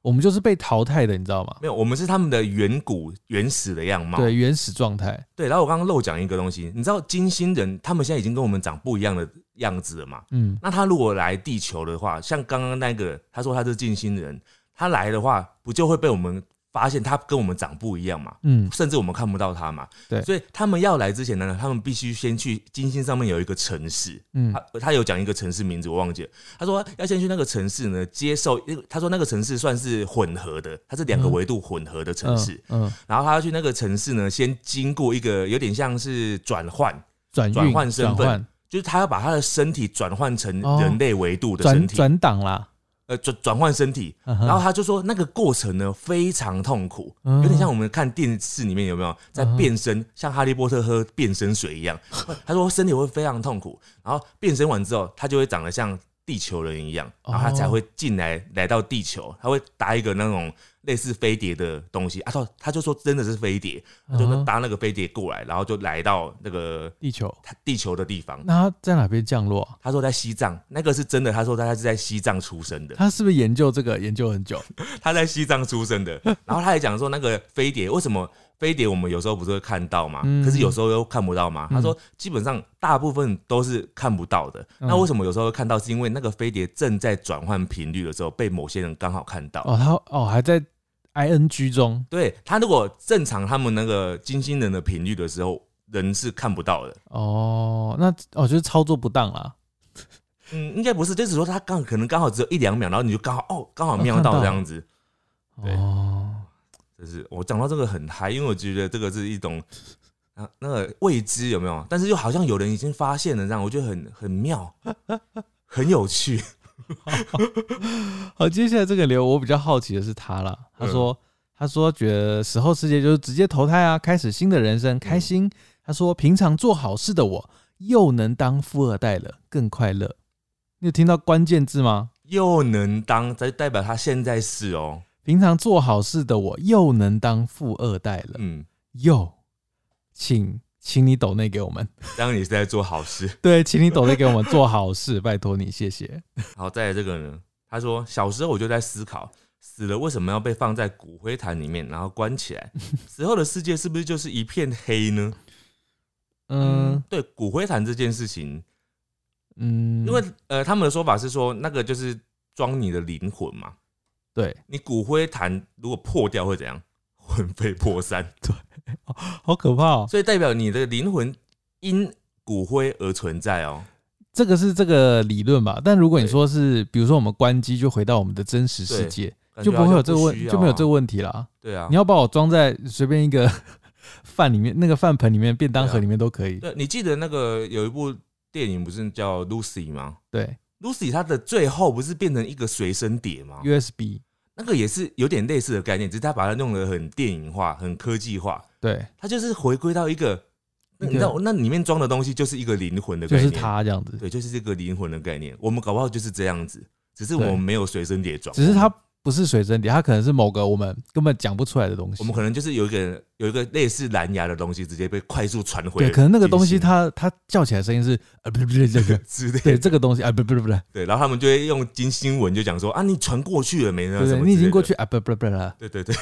我们就是被淘汰的，你知道吗？没有，我们是他们的远古原始的样貌。对，原始状态，对然后我刚刚漏讲一个东西，你知道金星人他们现在已经跟我们长不一样的样子了嘛？嗯，那他如果来地球的话，像刚刚那个，他说他是近星人，他来的话，不就会被我们发现他跟我们长不一样嘛？嗯，甚至我们看不到他嘛？对所以他们要来之前呢，他们必须先去金星上面有一个城市，嗯，他他有讲一个城市名字，我忘记了。他说要先去那个城市呢，接受，因为他说那个城市算是混合的，它是两个嗯维度混合的城市。嗯，嗯，然后他要去那个城市呢，先经过一个有点像是转换，转运转换身份转换就是他要把他的身体转换成哦人类维度的身转体，转档啦，嗯呃转转换身体。然然后他就说那个过程呢非常痛苦，有有点像我们看电视里面有没有在嗯嗯哼变身，像哈利波特喝变身水一 <laughs> 样。他说身体会非常痛苦，然后变身完之后，他就会长得像地球人一样，然后他哦才会进来来到地球，他会搭一个那种类似飞碟的东西啊，他他就说真的是飞碟，他就嗯哼搭那个飞碟过来，然后就来到那个地球，他地球的地方。那他在哪边降落啊？他说在西藏，那个是真的。他说他是在西藏出生的，他是不是研究这个研究很久？他在西藏出 <laughs> 生的。然后他还讲说，那个飞碟为什么飞碟我们有时候不是会看到吗？嗯可是有时候又看不到吗？嗯他说基本上大部分都是看不到的。嗯那为什么有时候会看到？是因为那个飞碟正在转换频率的时候，被某些人刚好看到。哦，他哦还在 I N G 中，对他如果正常他们那个金星人的频率的时候，人是看不到的。哦，那哦就是操作不当啦，嗯，应该不是，就是说他刚可能刚好只有一两秒，然后你就刚好哦，刚好瞄哦看到到这样子。对哦，就是我讲到这个很嗨，因为我觉得这个是一种啊那个未知有没有？但是又好像有人已经发现了，这样我觉得很很妙， <laughs> 很有趣。好，接下来这个留我比较好奇的是他了，他说、他说觉得死后世界就是直接投胎啊，开始新的人生，开心。他说平常做好事的我又能当富二代了，更快乐。你有听到关键字吗？又能当，这代表他现在是哦，平常做好事的我又能当富二代了，嗯，又，请请你抖内给我们。这样也是在做好事。对，请你抖内给我们做好事， <laughs> 拜托你，谢谢。好，再来这个呢，他说小时候我就在思考，死了为什么要被放在骨灰坛里面，然后关起来？死后的世界是不是就是一片黑呢？嗯，对，骨灰坛这件事情，嗯，因为呃，他们的说法是说那个就是装你的灵魂嘛，对，你骨灰坛如果破掉会怎样？ <laughs> 魂飞魄散，好可怕哦。所以代表你的灵魂因骨灰而存在哦。这个是这个理论吧？但如果你对说是，比如说我们关机就回到我们的真实世界，就不会有这个问，感觉好像不需要啊就没有这个问题啦。对啊，你要把我装在随便一个 <laughs> 饭里面，那个饭盆里面、便当盒对啊里面都可以。对，你记得那个有一部电影不是叫 Lucy 吗对？Lucy 她的最后不是变成一个随身碟吗？ ，USB，那个也是有点类似的概念，只是她把它弄得很电影化、很科技化，对它就是回归到一个那一你个知道，那里面装的东西就是一个灵魂的概就念，是他这样子，对，就是这个灵魂的概念。我们搞不好就是这样子，只是我对们没有随身碟装，只是他不是水蒸碟，他可能是某个我们根本讲不出来的东西。我们可能就是有一个有一个类似蓝牙的东西，直接被快速传回。对，可能那个东西它它叫起来声音是呃不是不是这个，之类对 <laughs> 的，这个东西啊不不不不对对，然后他们就会用金星文就讲说啊，你传过去了没呢？什对，么你已之类经的过去，啊不不不了。对对对，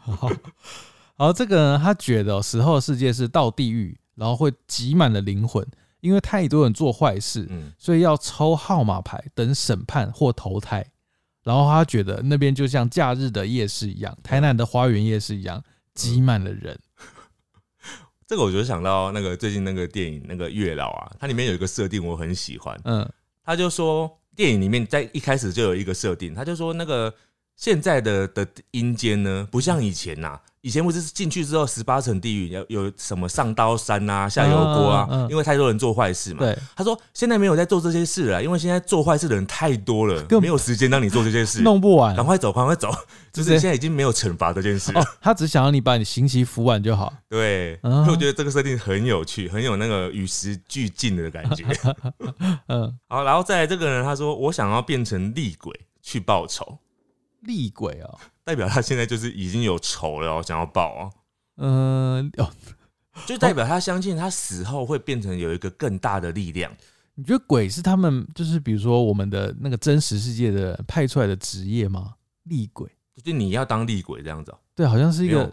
好， <laughs> 好，这个呢，他觉得哦死后的世界是到地狱，然后会挤满了灵魂，因为太多人做坏事，嗯，所以要抽号码牌等审判或投胎。然后他觉得那边就像假日的夜市一样，台南的花园夜市一样，挤满了人。这个我就想到那个最近那个电影那个月老啊，它里面有一个设定我很喜欢，嗯，他就说电影里面在一开始就有一个设定，他就说那个现在的的阴间呢，不像以前呐、以前不是进去之后十八层地狱有有什么上刀山啊、下油锅啊，嗯嗯嗯因为太多人做坏事嘛。对，他说现在没有在做这些事了，因为现在做坏事的人太多了，本没有时间让你做这些事。弄不完 <laughs> 赶。快走，赶 <laughs> 快走！就是对现在已经没有惩罚这件事了。哦，他只想要你把你刑期服完就好。对，啊所以我觉得这个设定很有趣，很有那个与时俱进的感 <laughs> 觉。嗯，好，然后再来这个人，他说我想要变成厉鬼去报仇，厉鬼哦，代表他现在就是已经有仇了、哦，想要报哦，嗯、哦，就代表他相信他死后会变成有一个更大的力量。你觉得鬼是他们就是比如说我们的那个真实世界的派出来的职业吗？厉鬼，就你要当厉鬼这样子、哦，对，好像是一没个有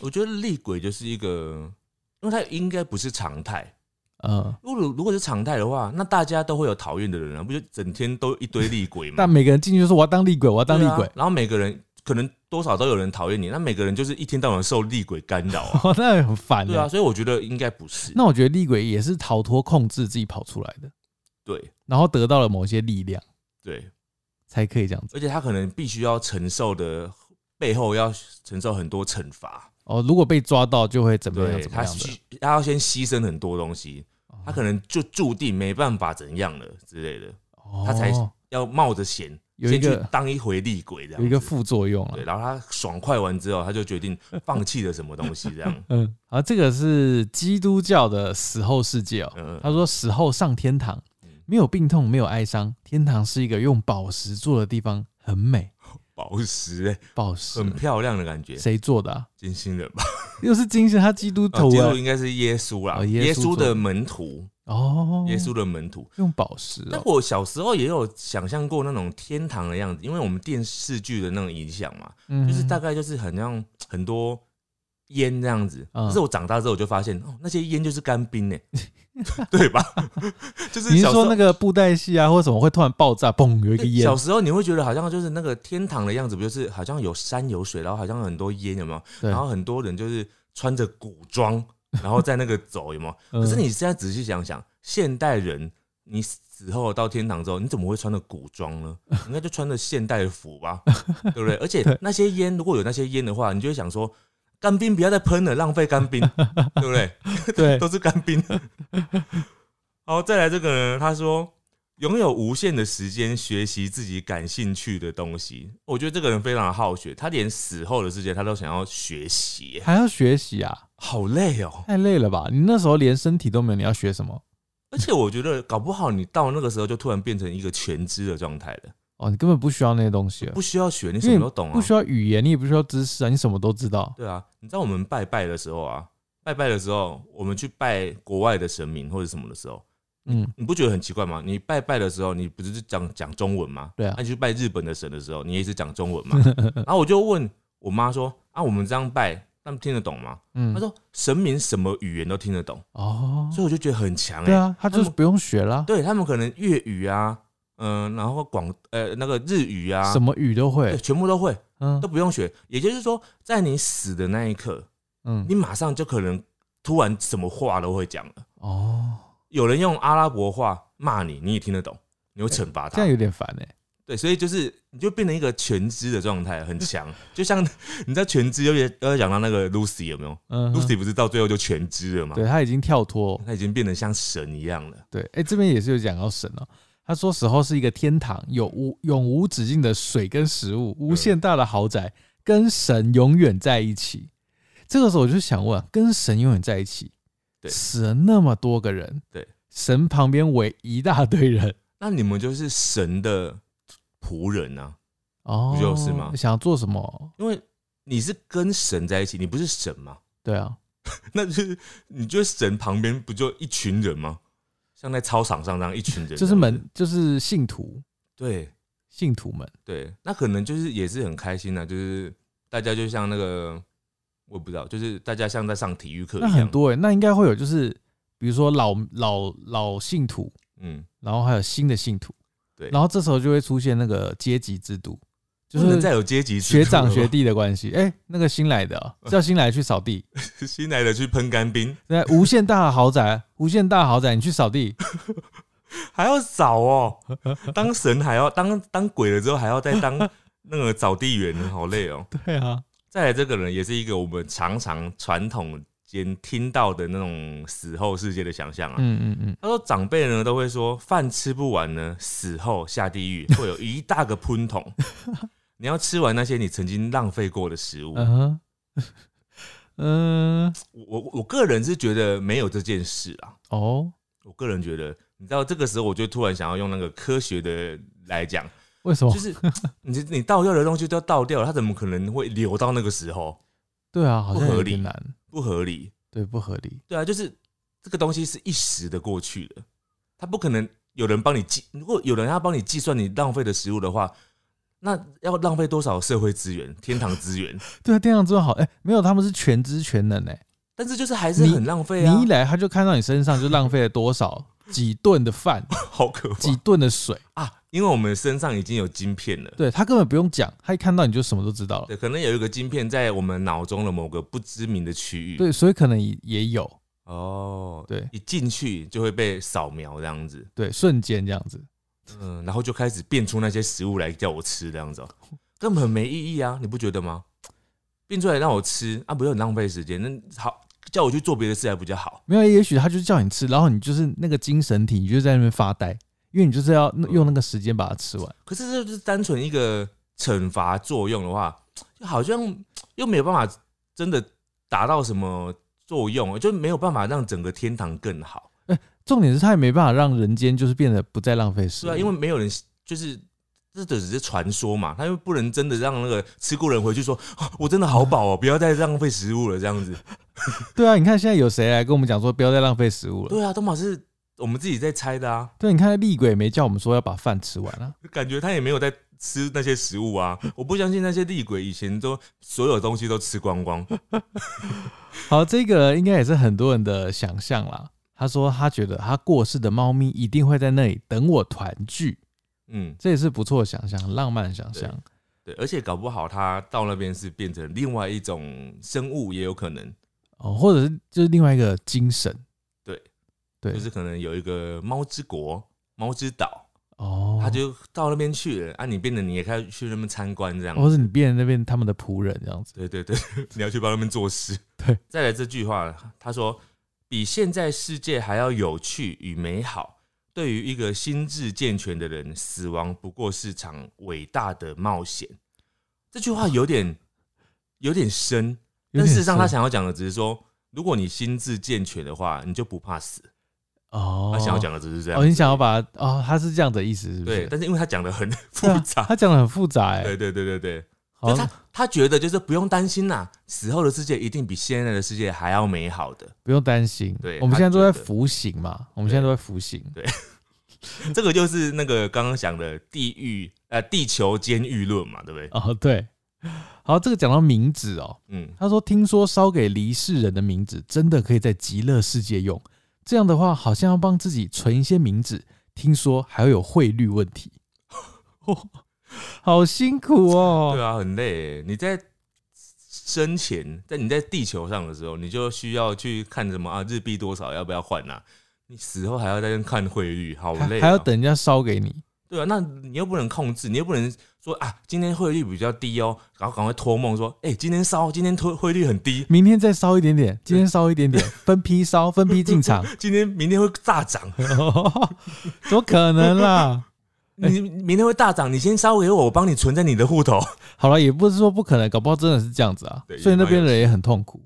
我觉得厉鬼就是一个，因为他应该不是常态。呃，如果如果是常态的话，那大家都会有讨厌的人啊，不就整天都一堆厉鬼吗？但每个人进去就说我要当厉鬼，我要当厉鬼 <laughs> 嗯对啊，然后每个人可能多少都有人讨厌你，那每个人就是一天到晚受厉鬼干扰 <laughs> 啊。哦，那很烦对啊，的。所以我觉得应该不是。那我觉得厉鬼也是逃脱控制自己跑出来的，对然后得到了某些力量对，才可以这样子。而且他可能必须要承受的背后要承受很多惩罚，哦，如果被抓到就会怎么样对怎么他样的牺他要先牺牲很多东西，哦，他可能就注定没办法怎样了之类的，哦他才要冒着险有一先去个当一回厉鬼这样有一个子副作用了，对，。然后他爽快完之后，他就决定放弃了什么东西这样 <laughs> 嗯，好，这个是基督教的死后世界哦。嗯，他说死后上天堂，没有病痛，没有哀伤，天堂是一个用宝石做的地方，很美。宝石欸宝石很漂亮的感觉，谁做的、啊？金 <laughs> 星人吧？又是金星，他基督哦徒基啊督应该是耶稣啦，哦耶稣耶做稣的的门徒，哦，耶稣的门徒。用宝石但哦，我小时候也有想象过那种天堂的样子，因为我们电视剧的那种影响嘛，就就是大概就是很像很多烟这样子。嗯可是我长大之后我就发现，哦，那些烟就是干冰呢、欸 <laughs> 对吧？ <laughs> 就是你是小时候说那个布袋戏啊，或什么会突然爆炸，嘣，有一个对烟小，时候你会觉得好像就是那个天堂的样子，不就是好像有山有水，然后好像很多烟，有没有？对然后很多人就是穿着古装，然后在那个走，有没有？嗯可是你现在仔细想想，现代人你死后到天堂之后，你怎么会穿的古装 <laughs> 呢？你应该就穿着现代服吧，对不对？而且那些烟，如果有那些烟的话，你就会想说，干冰不要再喷了，浪费干 <laughs> 冰，对不对？对都是干冰。 <laughs> 好，再来这个呢，他说拥有无限的时间学习自己感兴趣的东西。我觉得这个人非常好学，他连死后的世界他都想要学习，还要学习啊，好累哦。太累了吧？你那时候连身体都没有，你要学什么？而且我觉得搞不好你到那个时候就突然变成一个全知的状态了，哦，你根本不需要那些东西了，不需要学，你因什为么你都懂啊不。需要语言，你也不需要知识啊，你什么都知道。对啊，你知道我们拜拜的时候啊，拜拜的时候，我们去拜国外的神明或者什么的时候，嗯，你不觉得很奇怪吗？你拜拜的时候，你不是讲讲中文吗？对啊那、你去拜日本的神的时候，你也是讲中 <laughs> 文嘛？然后我就问我妈说：“啊，我们这样拜，他们听得懂吗？”嗯，她说：“神明什么语言都听得懂。”哦，所以我就觉得很强哎、对啊，他那就是么不用学啦，对他们可能粤语啊，嗯、然后广呃那个日语啊，什么语都对，会。全部都会，嗯都不用学。也就是说，在你死的那一刻，嗯你，马上就可能突然什么话都会讲了。哦，有人用阿拉伯话骂你，你也听得懂，你会惩罚这他样。有点烦哎。对，所以就是你就变成一个全知的状态，很强。就像 <laughs> 你在全知，又也又讲到那个 Lucy 有没有、嗯 l u c y 哼，不是到最后就全知了吗？对他已经跳脱。他已经变得像神一样了。对，哎，这边也是有讲到神哦。他说死后是一个天堂，有无永无止境的水跟食物，无限大的豪宅，啊跟神永远在一起。这个时候我就想问，跟神永远在一起，对死了那么多个人，对，神旁边围一大堆人，那你们就是神的仆人啊，哦， <laughs> 不就是吗想要做什么？因为你是跟神在一起，你不是神吗？对啊， <laughs> 那就是你就是神旁边不就一群人吗？像在操场上这样一群人，就是门，就是信徒，对信徒们，对，那可能就是也是很开心的、就是大家就像那个我不知道，就是大家像在上体育课一那样，很多哎、那应该会有就是，比如说老老老信徒，嗯，然后还有新的信徒，对然后这时候就会出现那个阶级制度，就不能再是有阶级制度学了长学吧，呃弟的关系。哎、那个新来的哦、叫新来去扫地， <laughs> 新来的去喷干冰，对，无限大豪 <laughs> 宅，无限大豪宅，你去扫地，还要 <laughs> 扫哦，当神还要当当鬼了之后还要再当那个扫地员，好累哦。对啊，再来这个人也是一个我们常常传统间听到的那种死后世界的想象啊。嗯嗯嗯，他说长辈呢都会说饭吃不完呢，死后下地狱会有一大个喷桶， <laughs> 你要吃完那些你曾经浪费过的食物。嗯哼， <laughs> 嗯，我我我个人是觉得没有这件事啊，哦，我个人觉得，你知道这个时候我就突然想要用那个科学的来讲。为什么就？是你你倒掉的东西都要倒掉了，它怎么可能会留到那个时候？对啊，好不像合有理点难，不合理。对，不合理。对啊，就是这个东西是一时的过去的，它不可能有人帮你计。如果有人要帮你计算你浪费的食物的话，那要浪费多少社会资源、天堂资源？ <laughs> 对啊，电量之后好，哎、没有，他们是全知全能哎、但是就是还是很浪费啊你一，来他就看到你身上就浪费了多少几顿的 <laughs> 饭，好可怕几顿的水，啊！因为我们身上已经有晶片了。对他根本不用讲，他一看到你就什么都知道了。对，可能有一个晶片在我们脑中的某个不知名的区域。对，所以可能也也有哦，对一进去就会被扫描这样子。对瞬间这样子，嗯，然后就开始变出那些食物来叫我吃，这样子、哦，根本没意义啊，你不觉得吗？变出来让我吃啊，不是很浪费时间？那好，叫我去做别的事还比较好。没有，也许他就是叫你吃，然后你就是那个精神体，你就在那边发呆，因为你就是嗯要用那个时间把它吃完。可是这就是单纯一个惩罚作用的话，就好像又没有办法真的达到什么作用，哦就没有办法让整个天堂更好。重点是他也没办法让人间就是变得不再浪费食是物，啊，因为没有人就是。这只是传说嘛，他又不能真的让那个吃过人回去说，啊我真的好饱哦，不要再浪费食物了这样子。对啊，你看现在有谁来跟我们讲说不要再浪费食物了？对啊，东马是我们自己在猜的啊，对，你看厉鬼也没叫我们说要把饭吃完啊，感觉他也没有在吃那些食物啊。我不相信那些厉鬼以前都所有东西都吃光光。好，这个应该也是很多人的想象啦。他说他觉得他过世的猫咪一定会在那里等我团聚，嗯，这也是不错的想象，很浪漫的想象。对，而且搞不好他到那边是变成另外一种生物也有可能，哦，或者是就是另外一个精神，对对，就是可能有一个猫之国、猫之岛，哦，他就到那边去了啊，你变得你也开始去那边参观这样。哦或者你变成那边他们的仆人这样子，对对 <laughs> 对，你要去帮他们做事。对，再来这句话，他说比现在世界还要有趣与美好。对于一个心智健全的人，死亡不过是场伟大的冒险。这句话有点有点深，有但点事实上他深想要讲的只是说，如果你心智健全的话，你就不怕死。哦，他想要讲的只是这样哦，。你想要把哦，他是这样的意思，是不对，是？但是因为他讲的很复对啊杂，他讲的很复杂哎、对对对对对，好就他他觉得就是不用担心啦、死后的世界一定比现在的世界还要美好的。 <laughs> 不用担心，对我们他现在都在觉得服刑嘛，我们现在都在服刑，这个就是那个刚刚讲的地狱呃地球监狱论嘛，对不对？哦，对。好，这个讲到冥纸哦，嗯，他说听说烧给离世人的冥纸真的可以在极乐世界用，这样的话好像要帮自己存一些冥纸，听说还会有汇率问题， <laughs> 哦、好辛苦哦。对啊，很累耶。你在生前，在你在地球上的时候，你就需要去看什么啊，日币多少，要不要换啊？你死后还要在那看汇率，啊好还累、还要。等人家烧给你，对啊，那你又不能控制，你又不能说啊，今天汇率比较低哦，然后赶快托梦说，哎、今天烧，今天汇汇率很低，明天再烧一点点，今天烧一点点，分批烧，分批进场，今天明天会大涨，怎么可能啦？你明天会大涨，你先烧给我，我帮你存在你的户头。 <laughs> 好了，也不是说不可能，搞不好真的是这样子啊对。所以那边的人也很痛苦。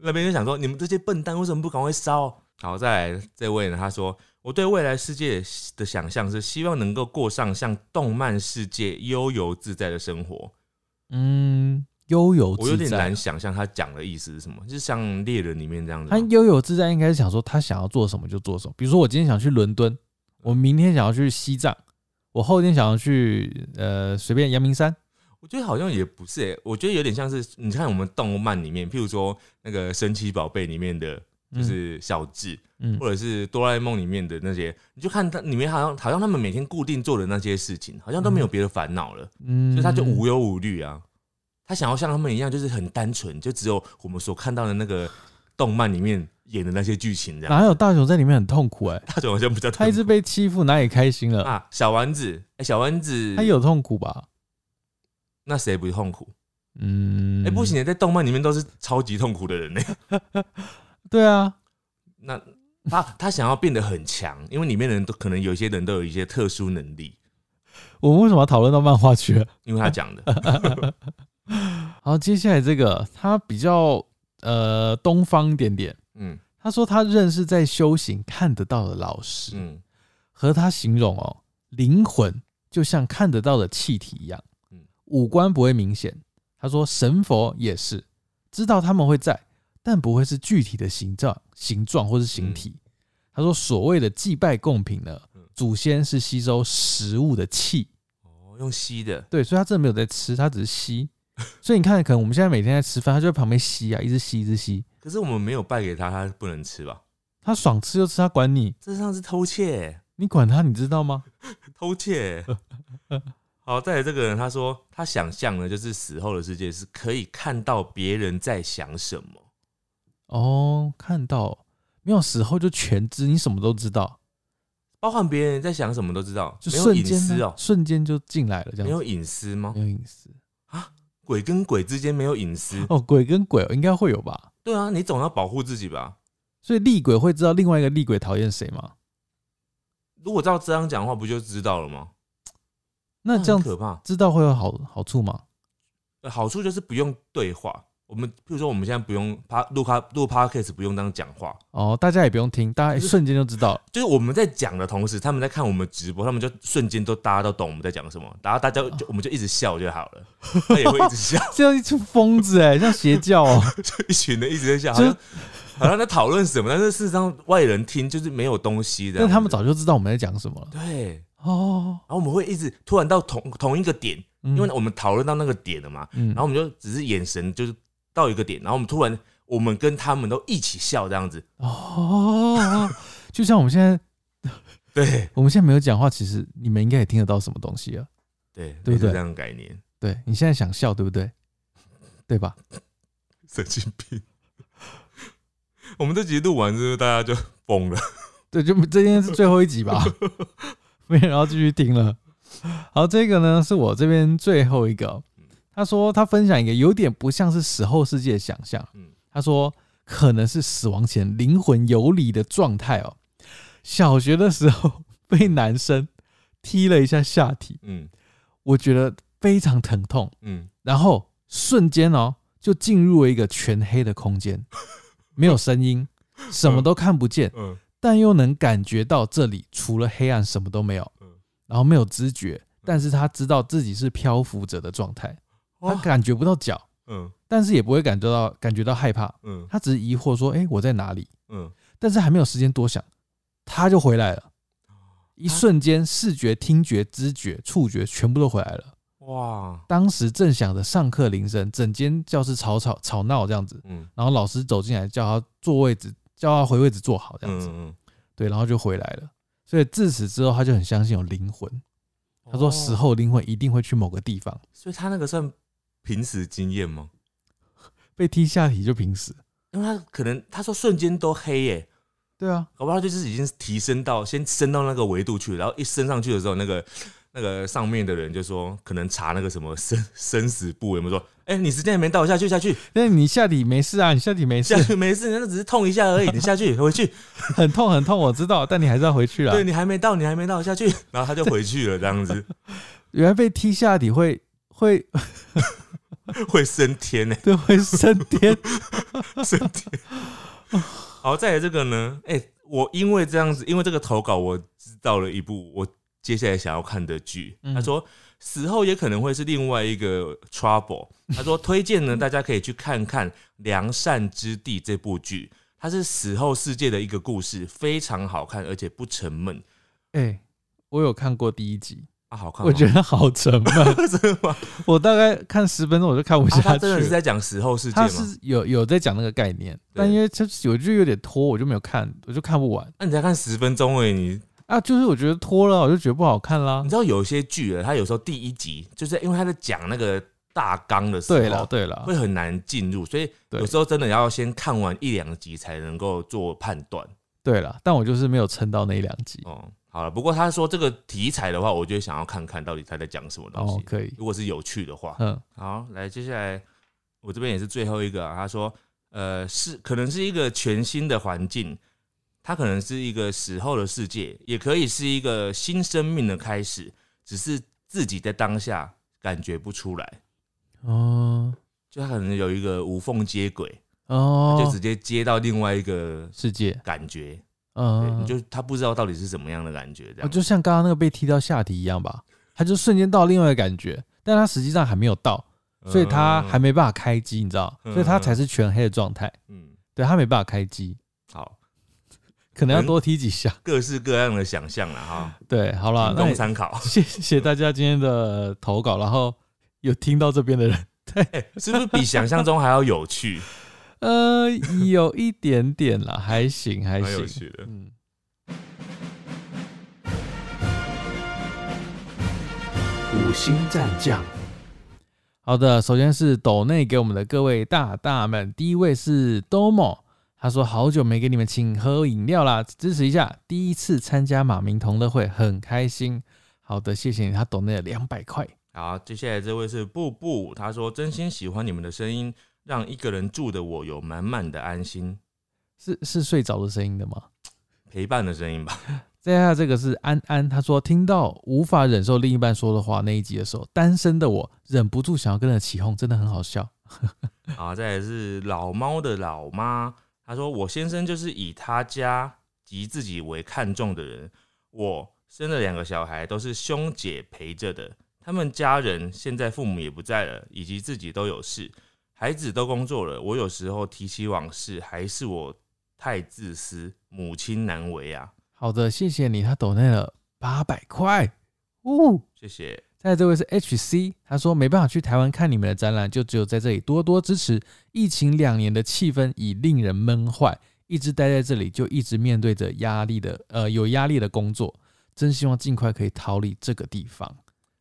那边就想说，你们这些笨蛋为什么不赶快烧？好，再来这位呢，他说我对未来世界的想象是希望能够过上像动漫世界悠游自在的生活。嗯，悠游我有自点在难。想象他讲的意思是什么，就是像猎人里面这样子他吗。悠游自在应该是想说他想要做什么就做什么，比如说我今天想去伦敦，我明天想要去西藏，我后天想要去呃随便阳明山。我觉得好像也不是、欸，我觉得有点像是你看我们动漫里面，譬如说那个神奇宝贝里面的就嗯是小智，嗯或者是哆啦 A 梦里面的那些，你就看他里面好像好像他们每天固定做的那些事情，好像都没有别的烦恼了，嗯，所以他就无忧无虑啊。他想要像他们一样，就是很单纯，就只有我们所看到的那个动漫里面演的那些剧情这样。哪有大雄在里面很痛苦哎、大雄好像比较啊他一直被欺负，哪里开心了？啊，小丸子，哎、小丸子，他有痛苦吧？那谁不痛苦？嗯，哎、不，行，在动漫里面都是超级痛苦的人呢、欸对啊，那他他想要变得很强，因为里面的人都可能有一些人都有一些特殊能力，我们为什么要讨论到漫画去了？ <laughs> 因为他讲的。好，接下来这个他比较呃东方一点点，嗯他说他认识在修行看得到的老师，嗯和他形容哦，灵魂就像看得到的气体一样嗯，五官不会明显。他说神佛也是，知道他们会在，但不会是具体的形状、形状或是形体。他说所谓的祭拜贡品呢嗯，祖先是吸收食物的气，哦，用吸的。对，所以他真的没有在吃，他只是吸。所以你看，可能我们现在每天在吃饭，他就在旁边吸啊，一直吸，一直吸。可是我们没有败给他，他不能吃吧？他爽吃就吃，他管你，这像是偷窃，你管他，你知道吗？ <laughs> 偷窃。 <laughs> 好，再来这个人，他说他想象呢，就是死后的世界是可以看到别人在想什么。哦，看到没有？死后就全知，你什么都知道，包含别人在想什么都知道，就没有瞬隐间啊私呢、哦、瞬间就进来了，这没样有子隐私吗没？有隐私鬼跟鬼之间没有隐私，哦。鬼跟鬼应该会有吧？对啊，你总要保护自己吧。所以厉鬼会知道另外一个厉鬼讨厌谁吗？如果照这样讲的话，不就知道了吗？那这样很子可怕。知道会有好好处吗？呃好处就是不用对话，我们譬如说我们现在不用趴录趴录 podcast 不用这样讲话，哦，大家也不用听，大家一就是瞬间就知道了。就是我们在讲的同时，他们在看我们直播，他们就瞬间都大家都懂我们在讲什么，然后大家就我哦们就一直笑就好了， <laughs> 他也会一直笑，这样一群疯子哎、像邪教 <laughs> 哦、就一群人一直在笑，好就是像好像在讨论什么，但是事实上外人听就是没有东西的。那他们早就知道我们在讲什么了对，哦。然后我们会一直突然到同同一个点，因因为我们讨论到那个点了嘛，嗯然后我们就只是眼神就是到一个点，然后我们突然我们跟他们都一起笑这样子，哦，就像我们现在对我们现在没有讲话，其实你们应该也听得到什么东西啊。对对不对类似这样的概念，对你现在想笑，对不对？对吧？神经病。 <laughs> 我们这集录完之后，大家就疯了。对，就这今天是最后一集吧，没人要继续听了。好，这个呢是我这边最后一个。哦他说他分享一个有点不像是死后世界的想象嗯。他说可能是死亡前灵魂游离的状态哦。小学的时候 <laughs> 被男生踢了一下下体，嗯我觉得非常疼痛，嗯，然后瞬间哦就进入了一个全黑的空 <laughs> 间，没有声音，什么都看不见。嗯但又能感觉到这里除了黑暗什么都没有嗯，然后没有知觉，但是他知道自己是漂浮者的状态，他哇感觉不到脚，嗯但是也不会感觉到感觉到害怕，嗯他只是疑惑说：“诶，我在哪里嗯，？”但是还没有时间多想，他就回来了，一啊瞬间视觉、听觉、知觉、触觉全部都回来了。哇，当时正响着上课铃声，整间教室吵吵吵闹这样子，嗯然后老师走进来叫他坐位置，叫他回位置坐好这样嗯子。嗯，对，然后就回来了。所以自此之后，他就很相信有灵魂。他说死哦，后灵魂一定会去某个地方，所以他那个算平时经验吗？被踢下体就平时。因为他可能他说瞬间都黑耶、对啊，搞不好他就是已经提升到先升到那个维度去，然后一升上去的时候，那个那个上面的人就说可能查那个什么生生死簿有没有说，哎、你时间还没到，下去下去但你下体没事啊，你下体没事下，去没事，那只是痛一下而已，你下去回去， <laughs> 很痛很痛，我知道，但你还是要回去啦对。你啊还没到，你还没到下 <laughs> 去，然后他就回去了这样子，原来被踢下体会会 <laughs> 会升天呢、 <laughs> 对，会升 <laughs> 天。升天。好，再来这个呢？哎、我因为这样子，因为这个投稿，我知道了一部我接下来想要看的剧。嗯他说死后也可能会是另外一个 trouble。他说推荐呢，大家可以去看看《良善之地》这部剧，它是死后世界的一个故事，非常好看，而且不沉闷。哎、我有看过第一集，啊，好看吗，我觉得好沉 <laughs> 闷，得 <laughs> 真的吗？我大概看十分钟我就看不啊、下他去真的是了。在讲死后世界他吗？是有有在讲那个概念，对但因为就是有就有点拖，我就没有看，我就看不完那、你才看十分钟而已，你啊。就是我觉得拖了，我就觉得不好看啦哦你。知道有一些剧啊，它有时候第一集就是因为他在讲那个大纲的时候，对了对了，会很难进入，所以对有时候真的要先看完一两集才能够做判断。对了，但我就是没有撑到那一两集。哦，好了，不过他说这个题材的话，我就会想要看看到底他在讲什么东西。哦，可以，如果是有趣的话，嗯，好，来，接下来我这边也是最后一个、啊，他说，呃，是可能是一个全新的环境，它可能是一个死后的世界，也可以是一个新生命的开始，只是自己在当下感觉不出来，哦就他可能有一个无缝接轨，就哦直，接接到另外一个世界，感觉，对，嗯你，就他不知道到底是什么样的感觉，这哦样。就像刚刚那个被踢到下体一样吧，他就瞬间到另外一个感觉，但他实际上还没有到，所以他还没办法开机，你知道，嗯所以他才是全黑的状态，嗯，嗯对他没办法开机，好，可嗯能要多踢几下。各式各样的想象了哈，对，好了，仅啊那供也参考。<laughs> <laughs> 谢谢大家今天的投稿，然后有听到这边的人，哎、是不是比想象中还要有趣？呃，有一点点啦，还行还蛮行，有趣的。嗯，五星战将，好的，首先是斗内给我们的各位大大们，第一位是 Domo，他说好久没给你们请喝饮料啦，支持一下，第一次参加马明同乐会，很开心。好的，谢谢你，他斗内了两百块，好，接下来这位是布布，他说真心喜欢你们的声音，让一个人住的我有满满的安心，是是睡着的声音的吗？陪伴的声音吧。接下来这个是安安，他说听到无法忍受另一半说的话那一集的时候，单身的我忍不住想要跟着起哄，真的很好笑。好，再来是老猫的老妈，他说我先生就是以他家及自己为看重的人，我生了两个小孩都是兄姐陪着的，他们家人现在父母也不在了，以及自己都有事，孩子都工作了，我有时候提起往事，还是我太自私，母亲难为啊。好的，谢谢你，他抖内了八百块，呜。谢谢。再来这位是 HC，他说没办法去台湾看你们的展览，就只有在这里多多支持。疫情两年的气氛已令人闷坏，一直待在这里就一直面对着压力的呃有压力的工作，真希望尽快可以逃离这个地方。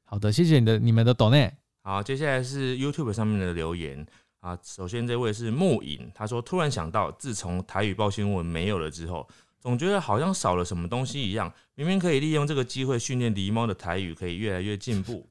好的，谢谢你的你们的 d o 好，接下来是 YouTube 上面的留言啊。首先这位是木影，他说突然想到，自从台语报新闻没有了之后，总觉得好像少了什么东西一样。明明可以利用这个机会训练狸猫的台语，可以越来越进步。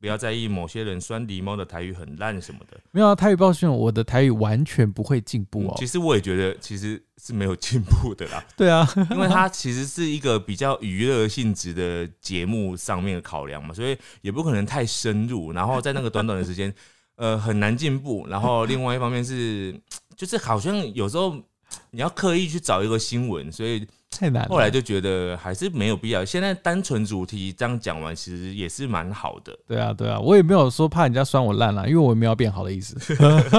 不要在意某些人酸狸猫的台语很烂什么的。没有啊，台语报讯，我的台语完全不会进步哦。其实我也觉得其实是没有进步的啦，对啊， <laughs> <laughs> 因为它其实是一个比较娱乐性质的节目上面的考量嘛，所 <laughs> 以也不可能太深入，然后在那个短短的时间，呃，很难进步。然后另外一方面是，就是好像有时候你要刻意去找一个新闻，所以太难了。后来就觉得还是没有必要。现在单纯主题这样讲完，其实也是蛮好的。对啊，对啊，我也没有说怕人家酸我烂啦、因为我也没有要变好的意思。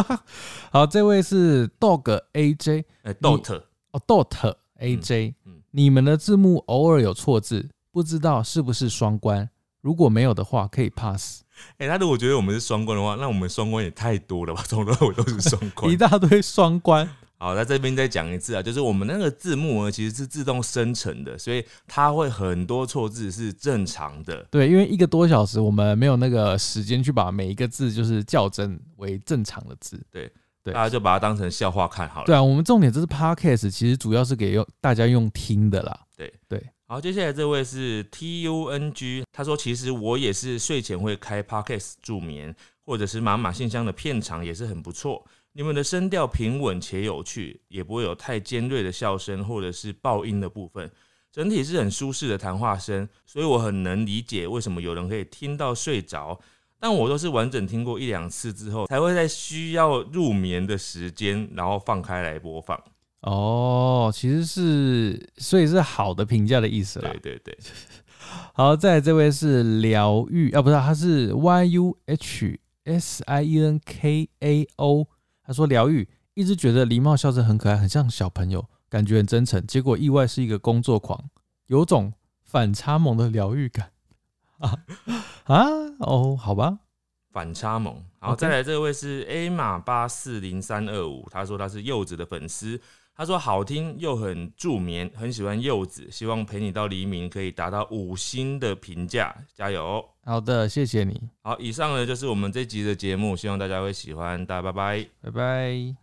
<laughs> 好，这位是 Dog AJ，呃，dot 哦，dot AJ，、嗯嗯你们的字幕偶尔有错字，不知道是不是双关？如果没有的话，可以 pass。哎、他如果觉得我们是双关的话，那我们双关也太多了吧？从头到尾都是双关 <laughs> 一，大堆双关，好，在这边再讲一次啊，就是我们那个字幕呢，其实是自动生成的，所以它会很多错字是正常的。对，因为一个多小时，我们没有那个时间去把每一个字就是校正为正常的字。对大家就把它当成笑话看好了。对啊，我们重点这是 podcast，其实主要是给用大家用听的啦。好，接下来这位是 T U N G，他说其实我也是睡前会开 podcast 助眠，或者是妈妈信箱的片场也是很不错。你们的声调平稳且有趣，也不会有太尖锐的笑声或者是爆音的部分，整体是很舒适的谈话声，所以我很能理解为什么有人可以听到睡着。但我都是完整听过一两次之后，才会在需要入眠的时间，然后放开来播放。哦，其实是所以是好的评价的意思啦对。对对，好，再来这位是疗愈啊，不是，他是 Y U H S I E N K A O，他说疗愈，一直觉得狸猫笑声很可爱，很像小朋友，感觉很真诚，结果意外是一个工作狂，有种反差萌的疗愈感 <laughs> 啊啊哦，好吧，反差萌。然后 OK 再来这位是 A 码八四零三二五，他说他是柚子的粉丝，他说好听又很助眠，很喜欢柚子，希望陪你到黎明可以达到五星的评价，加油！哦好的，谢谢你，好，以上呢就是我们这集的节目，希望大家会喜欢，大家拜拜。拜拜。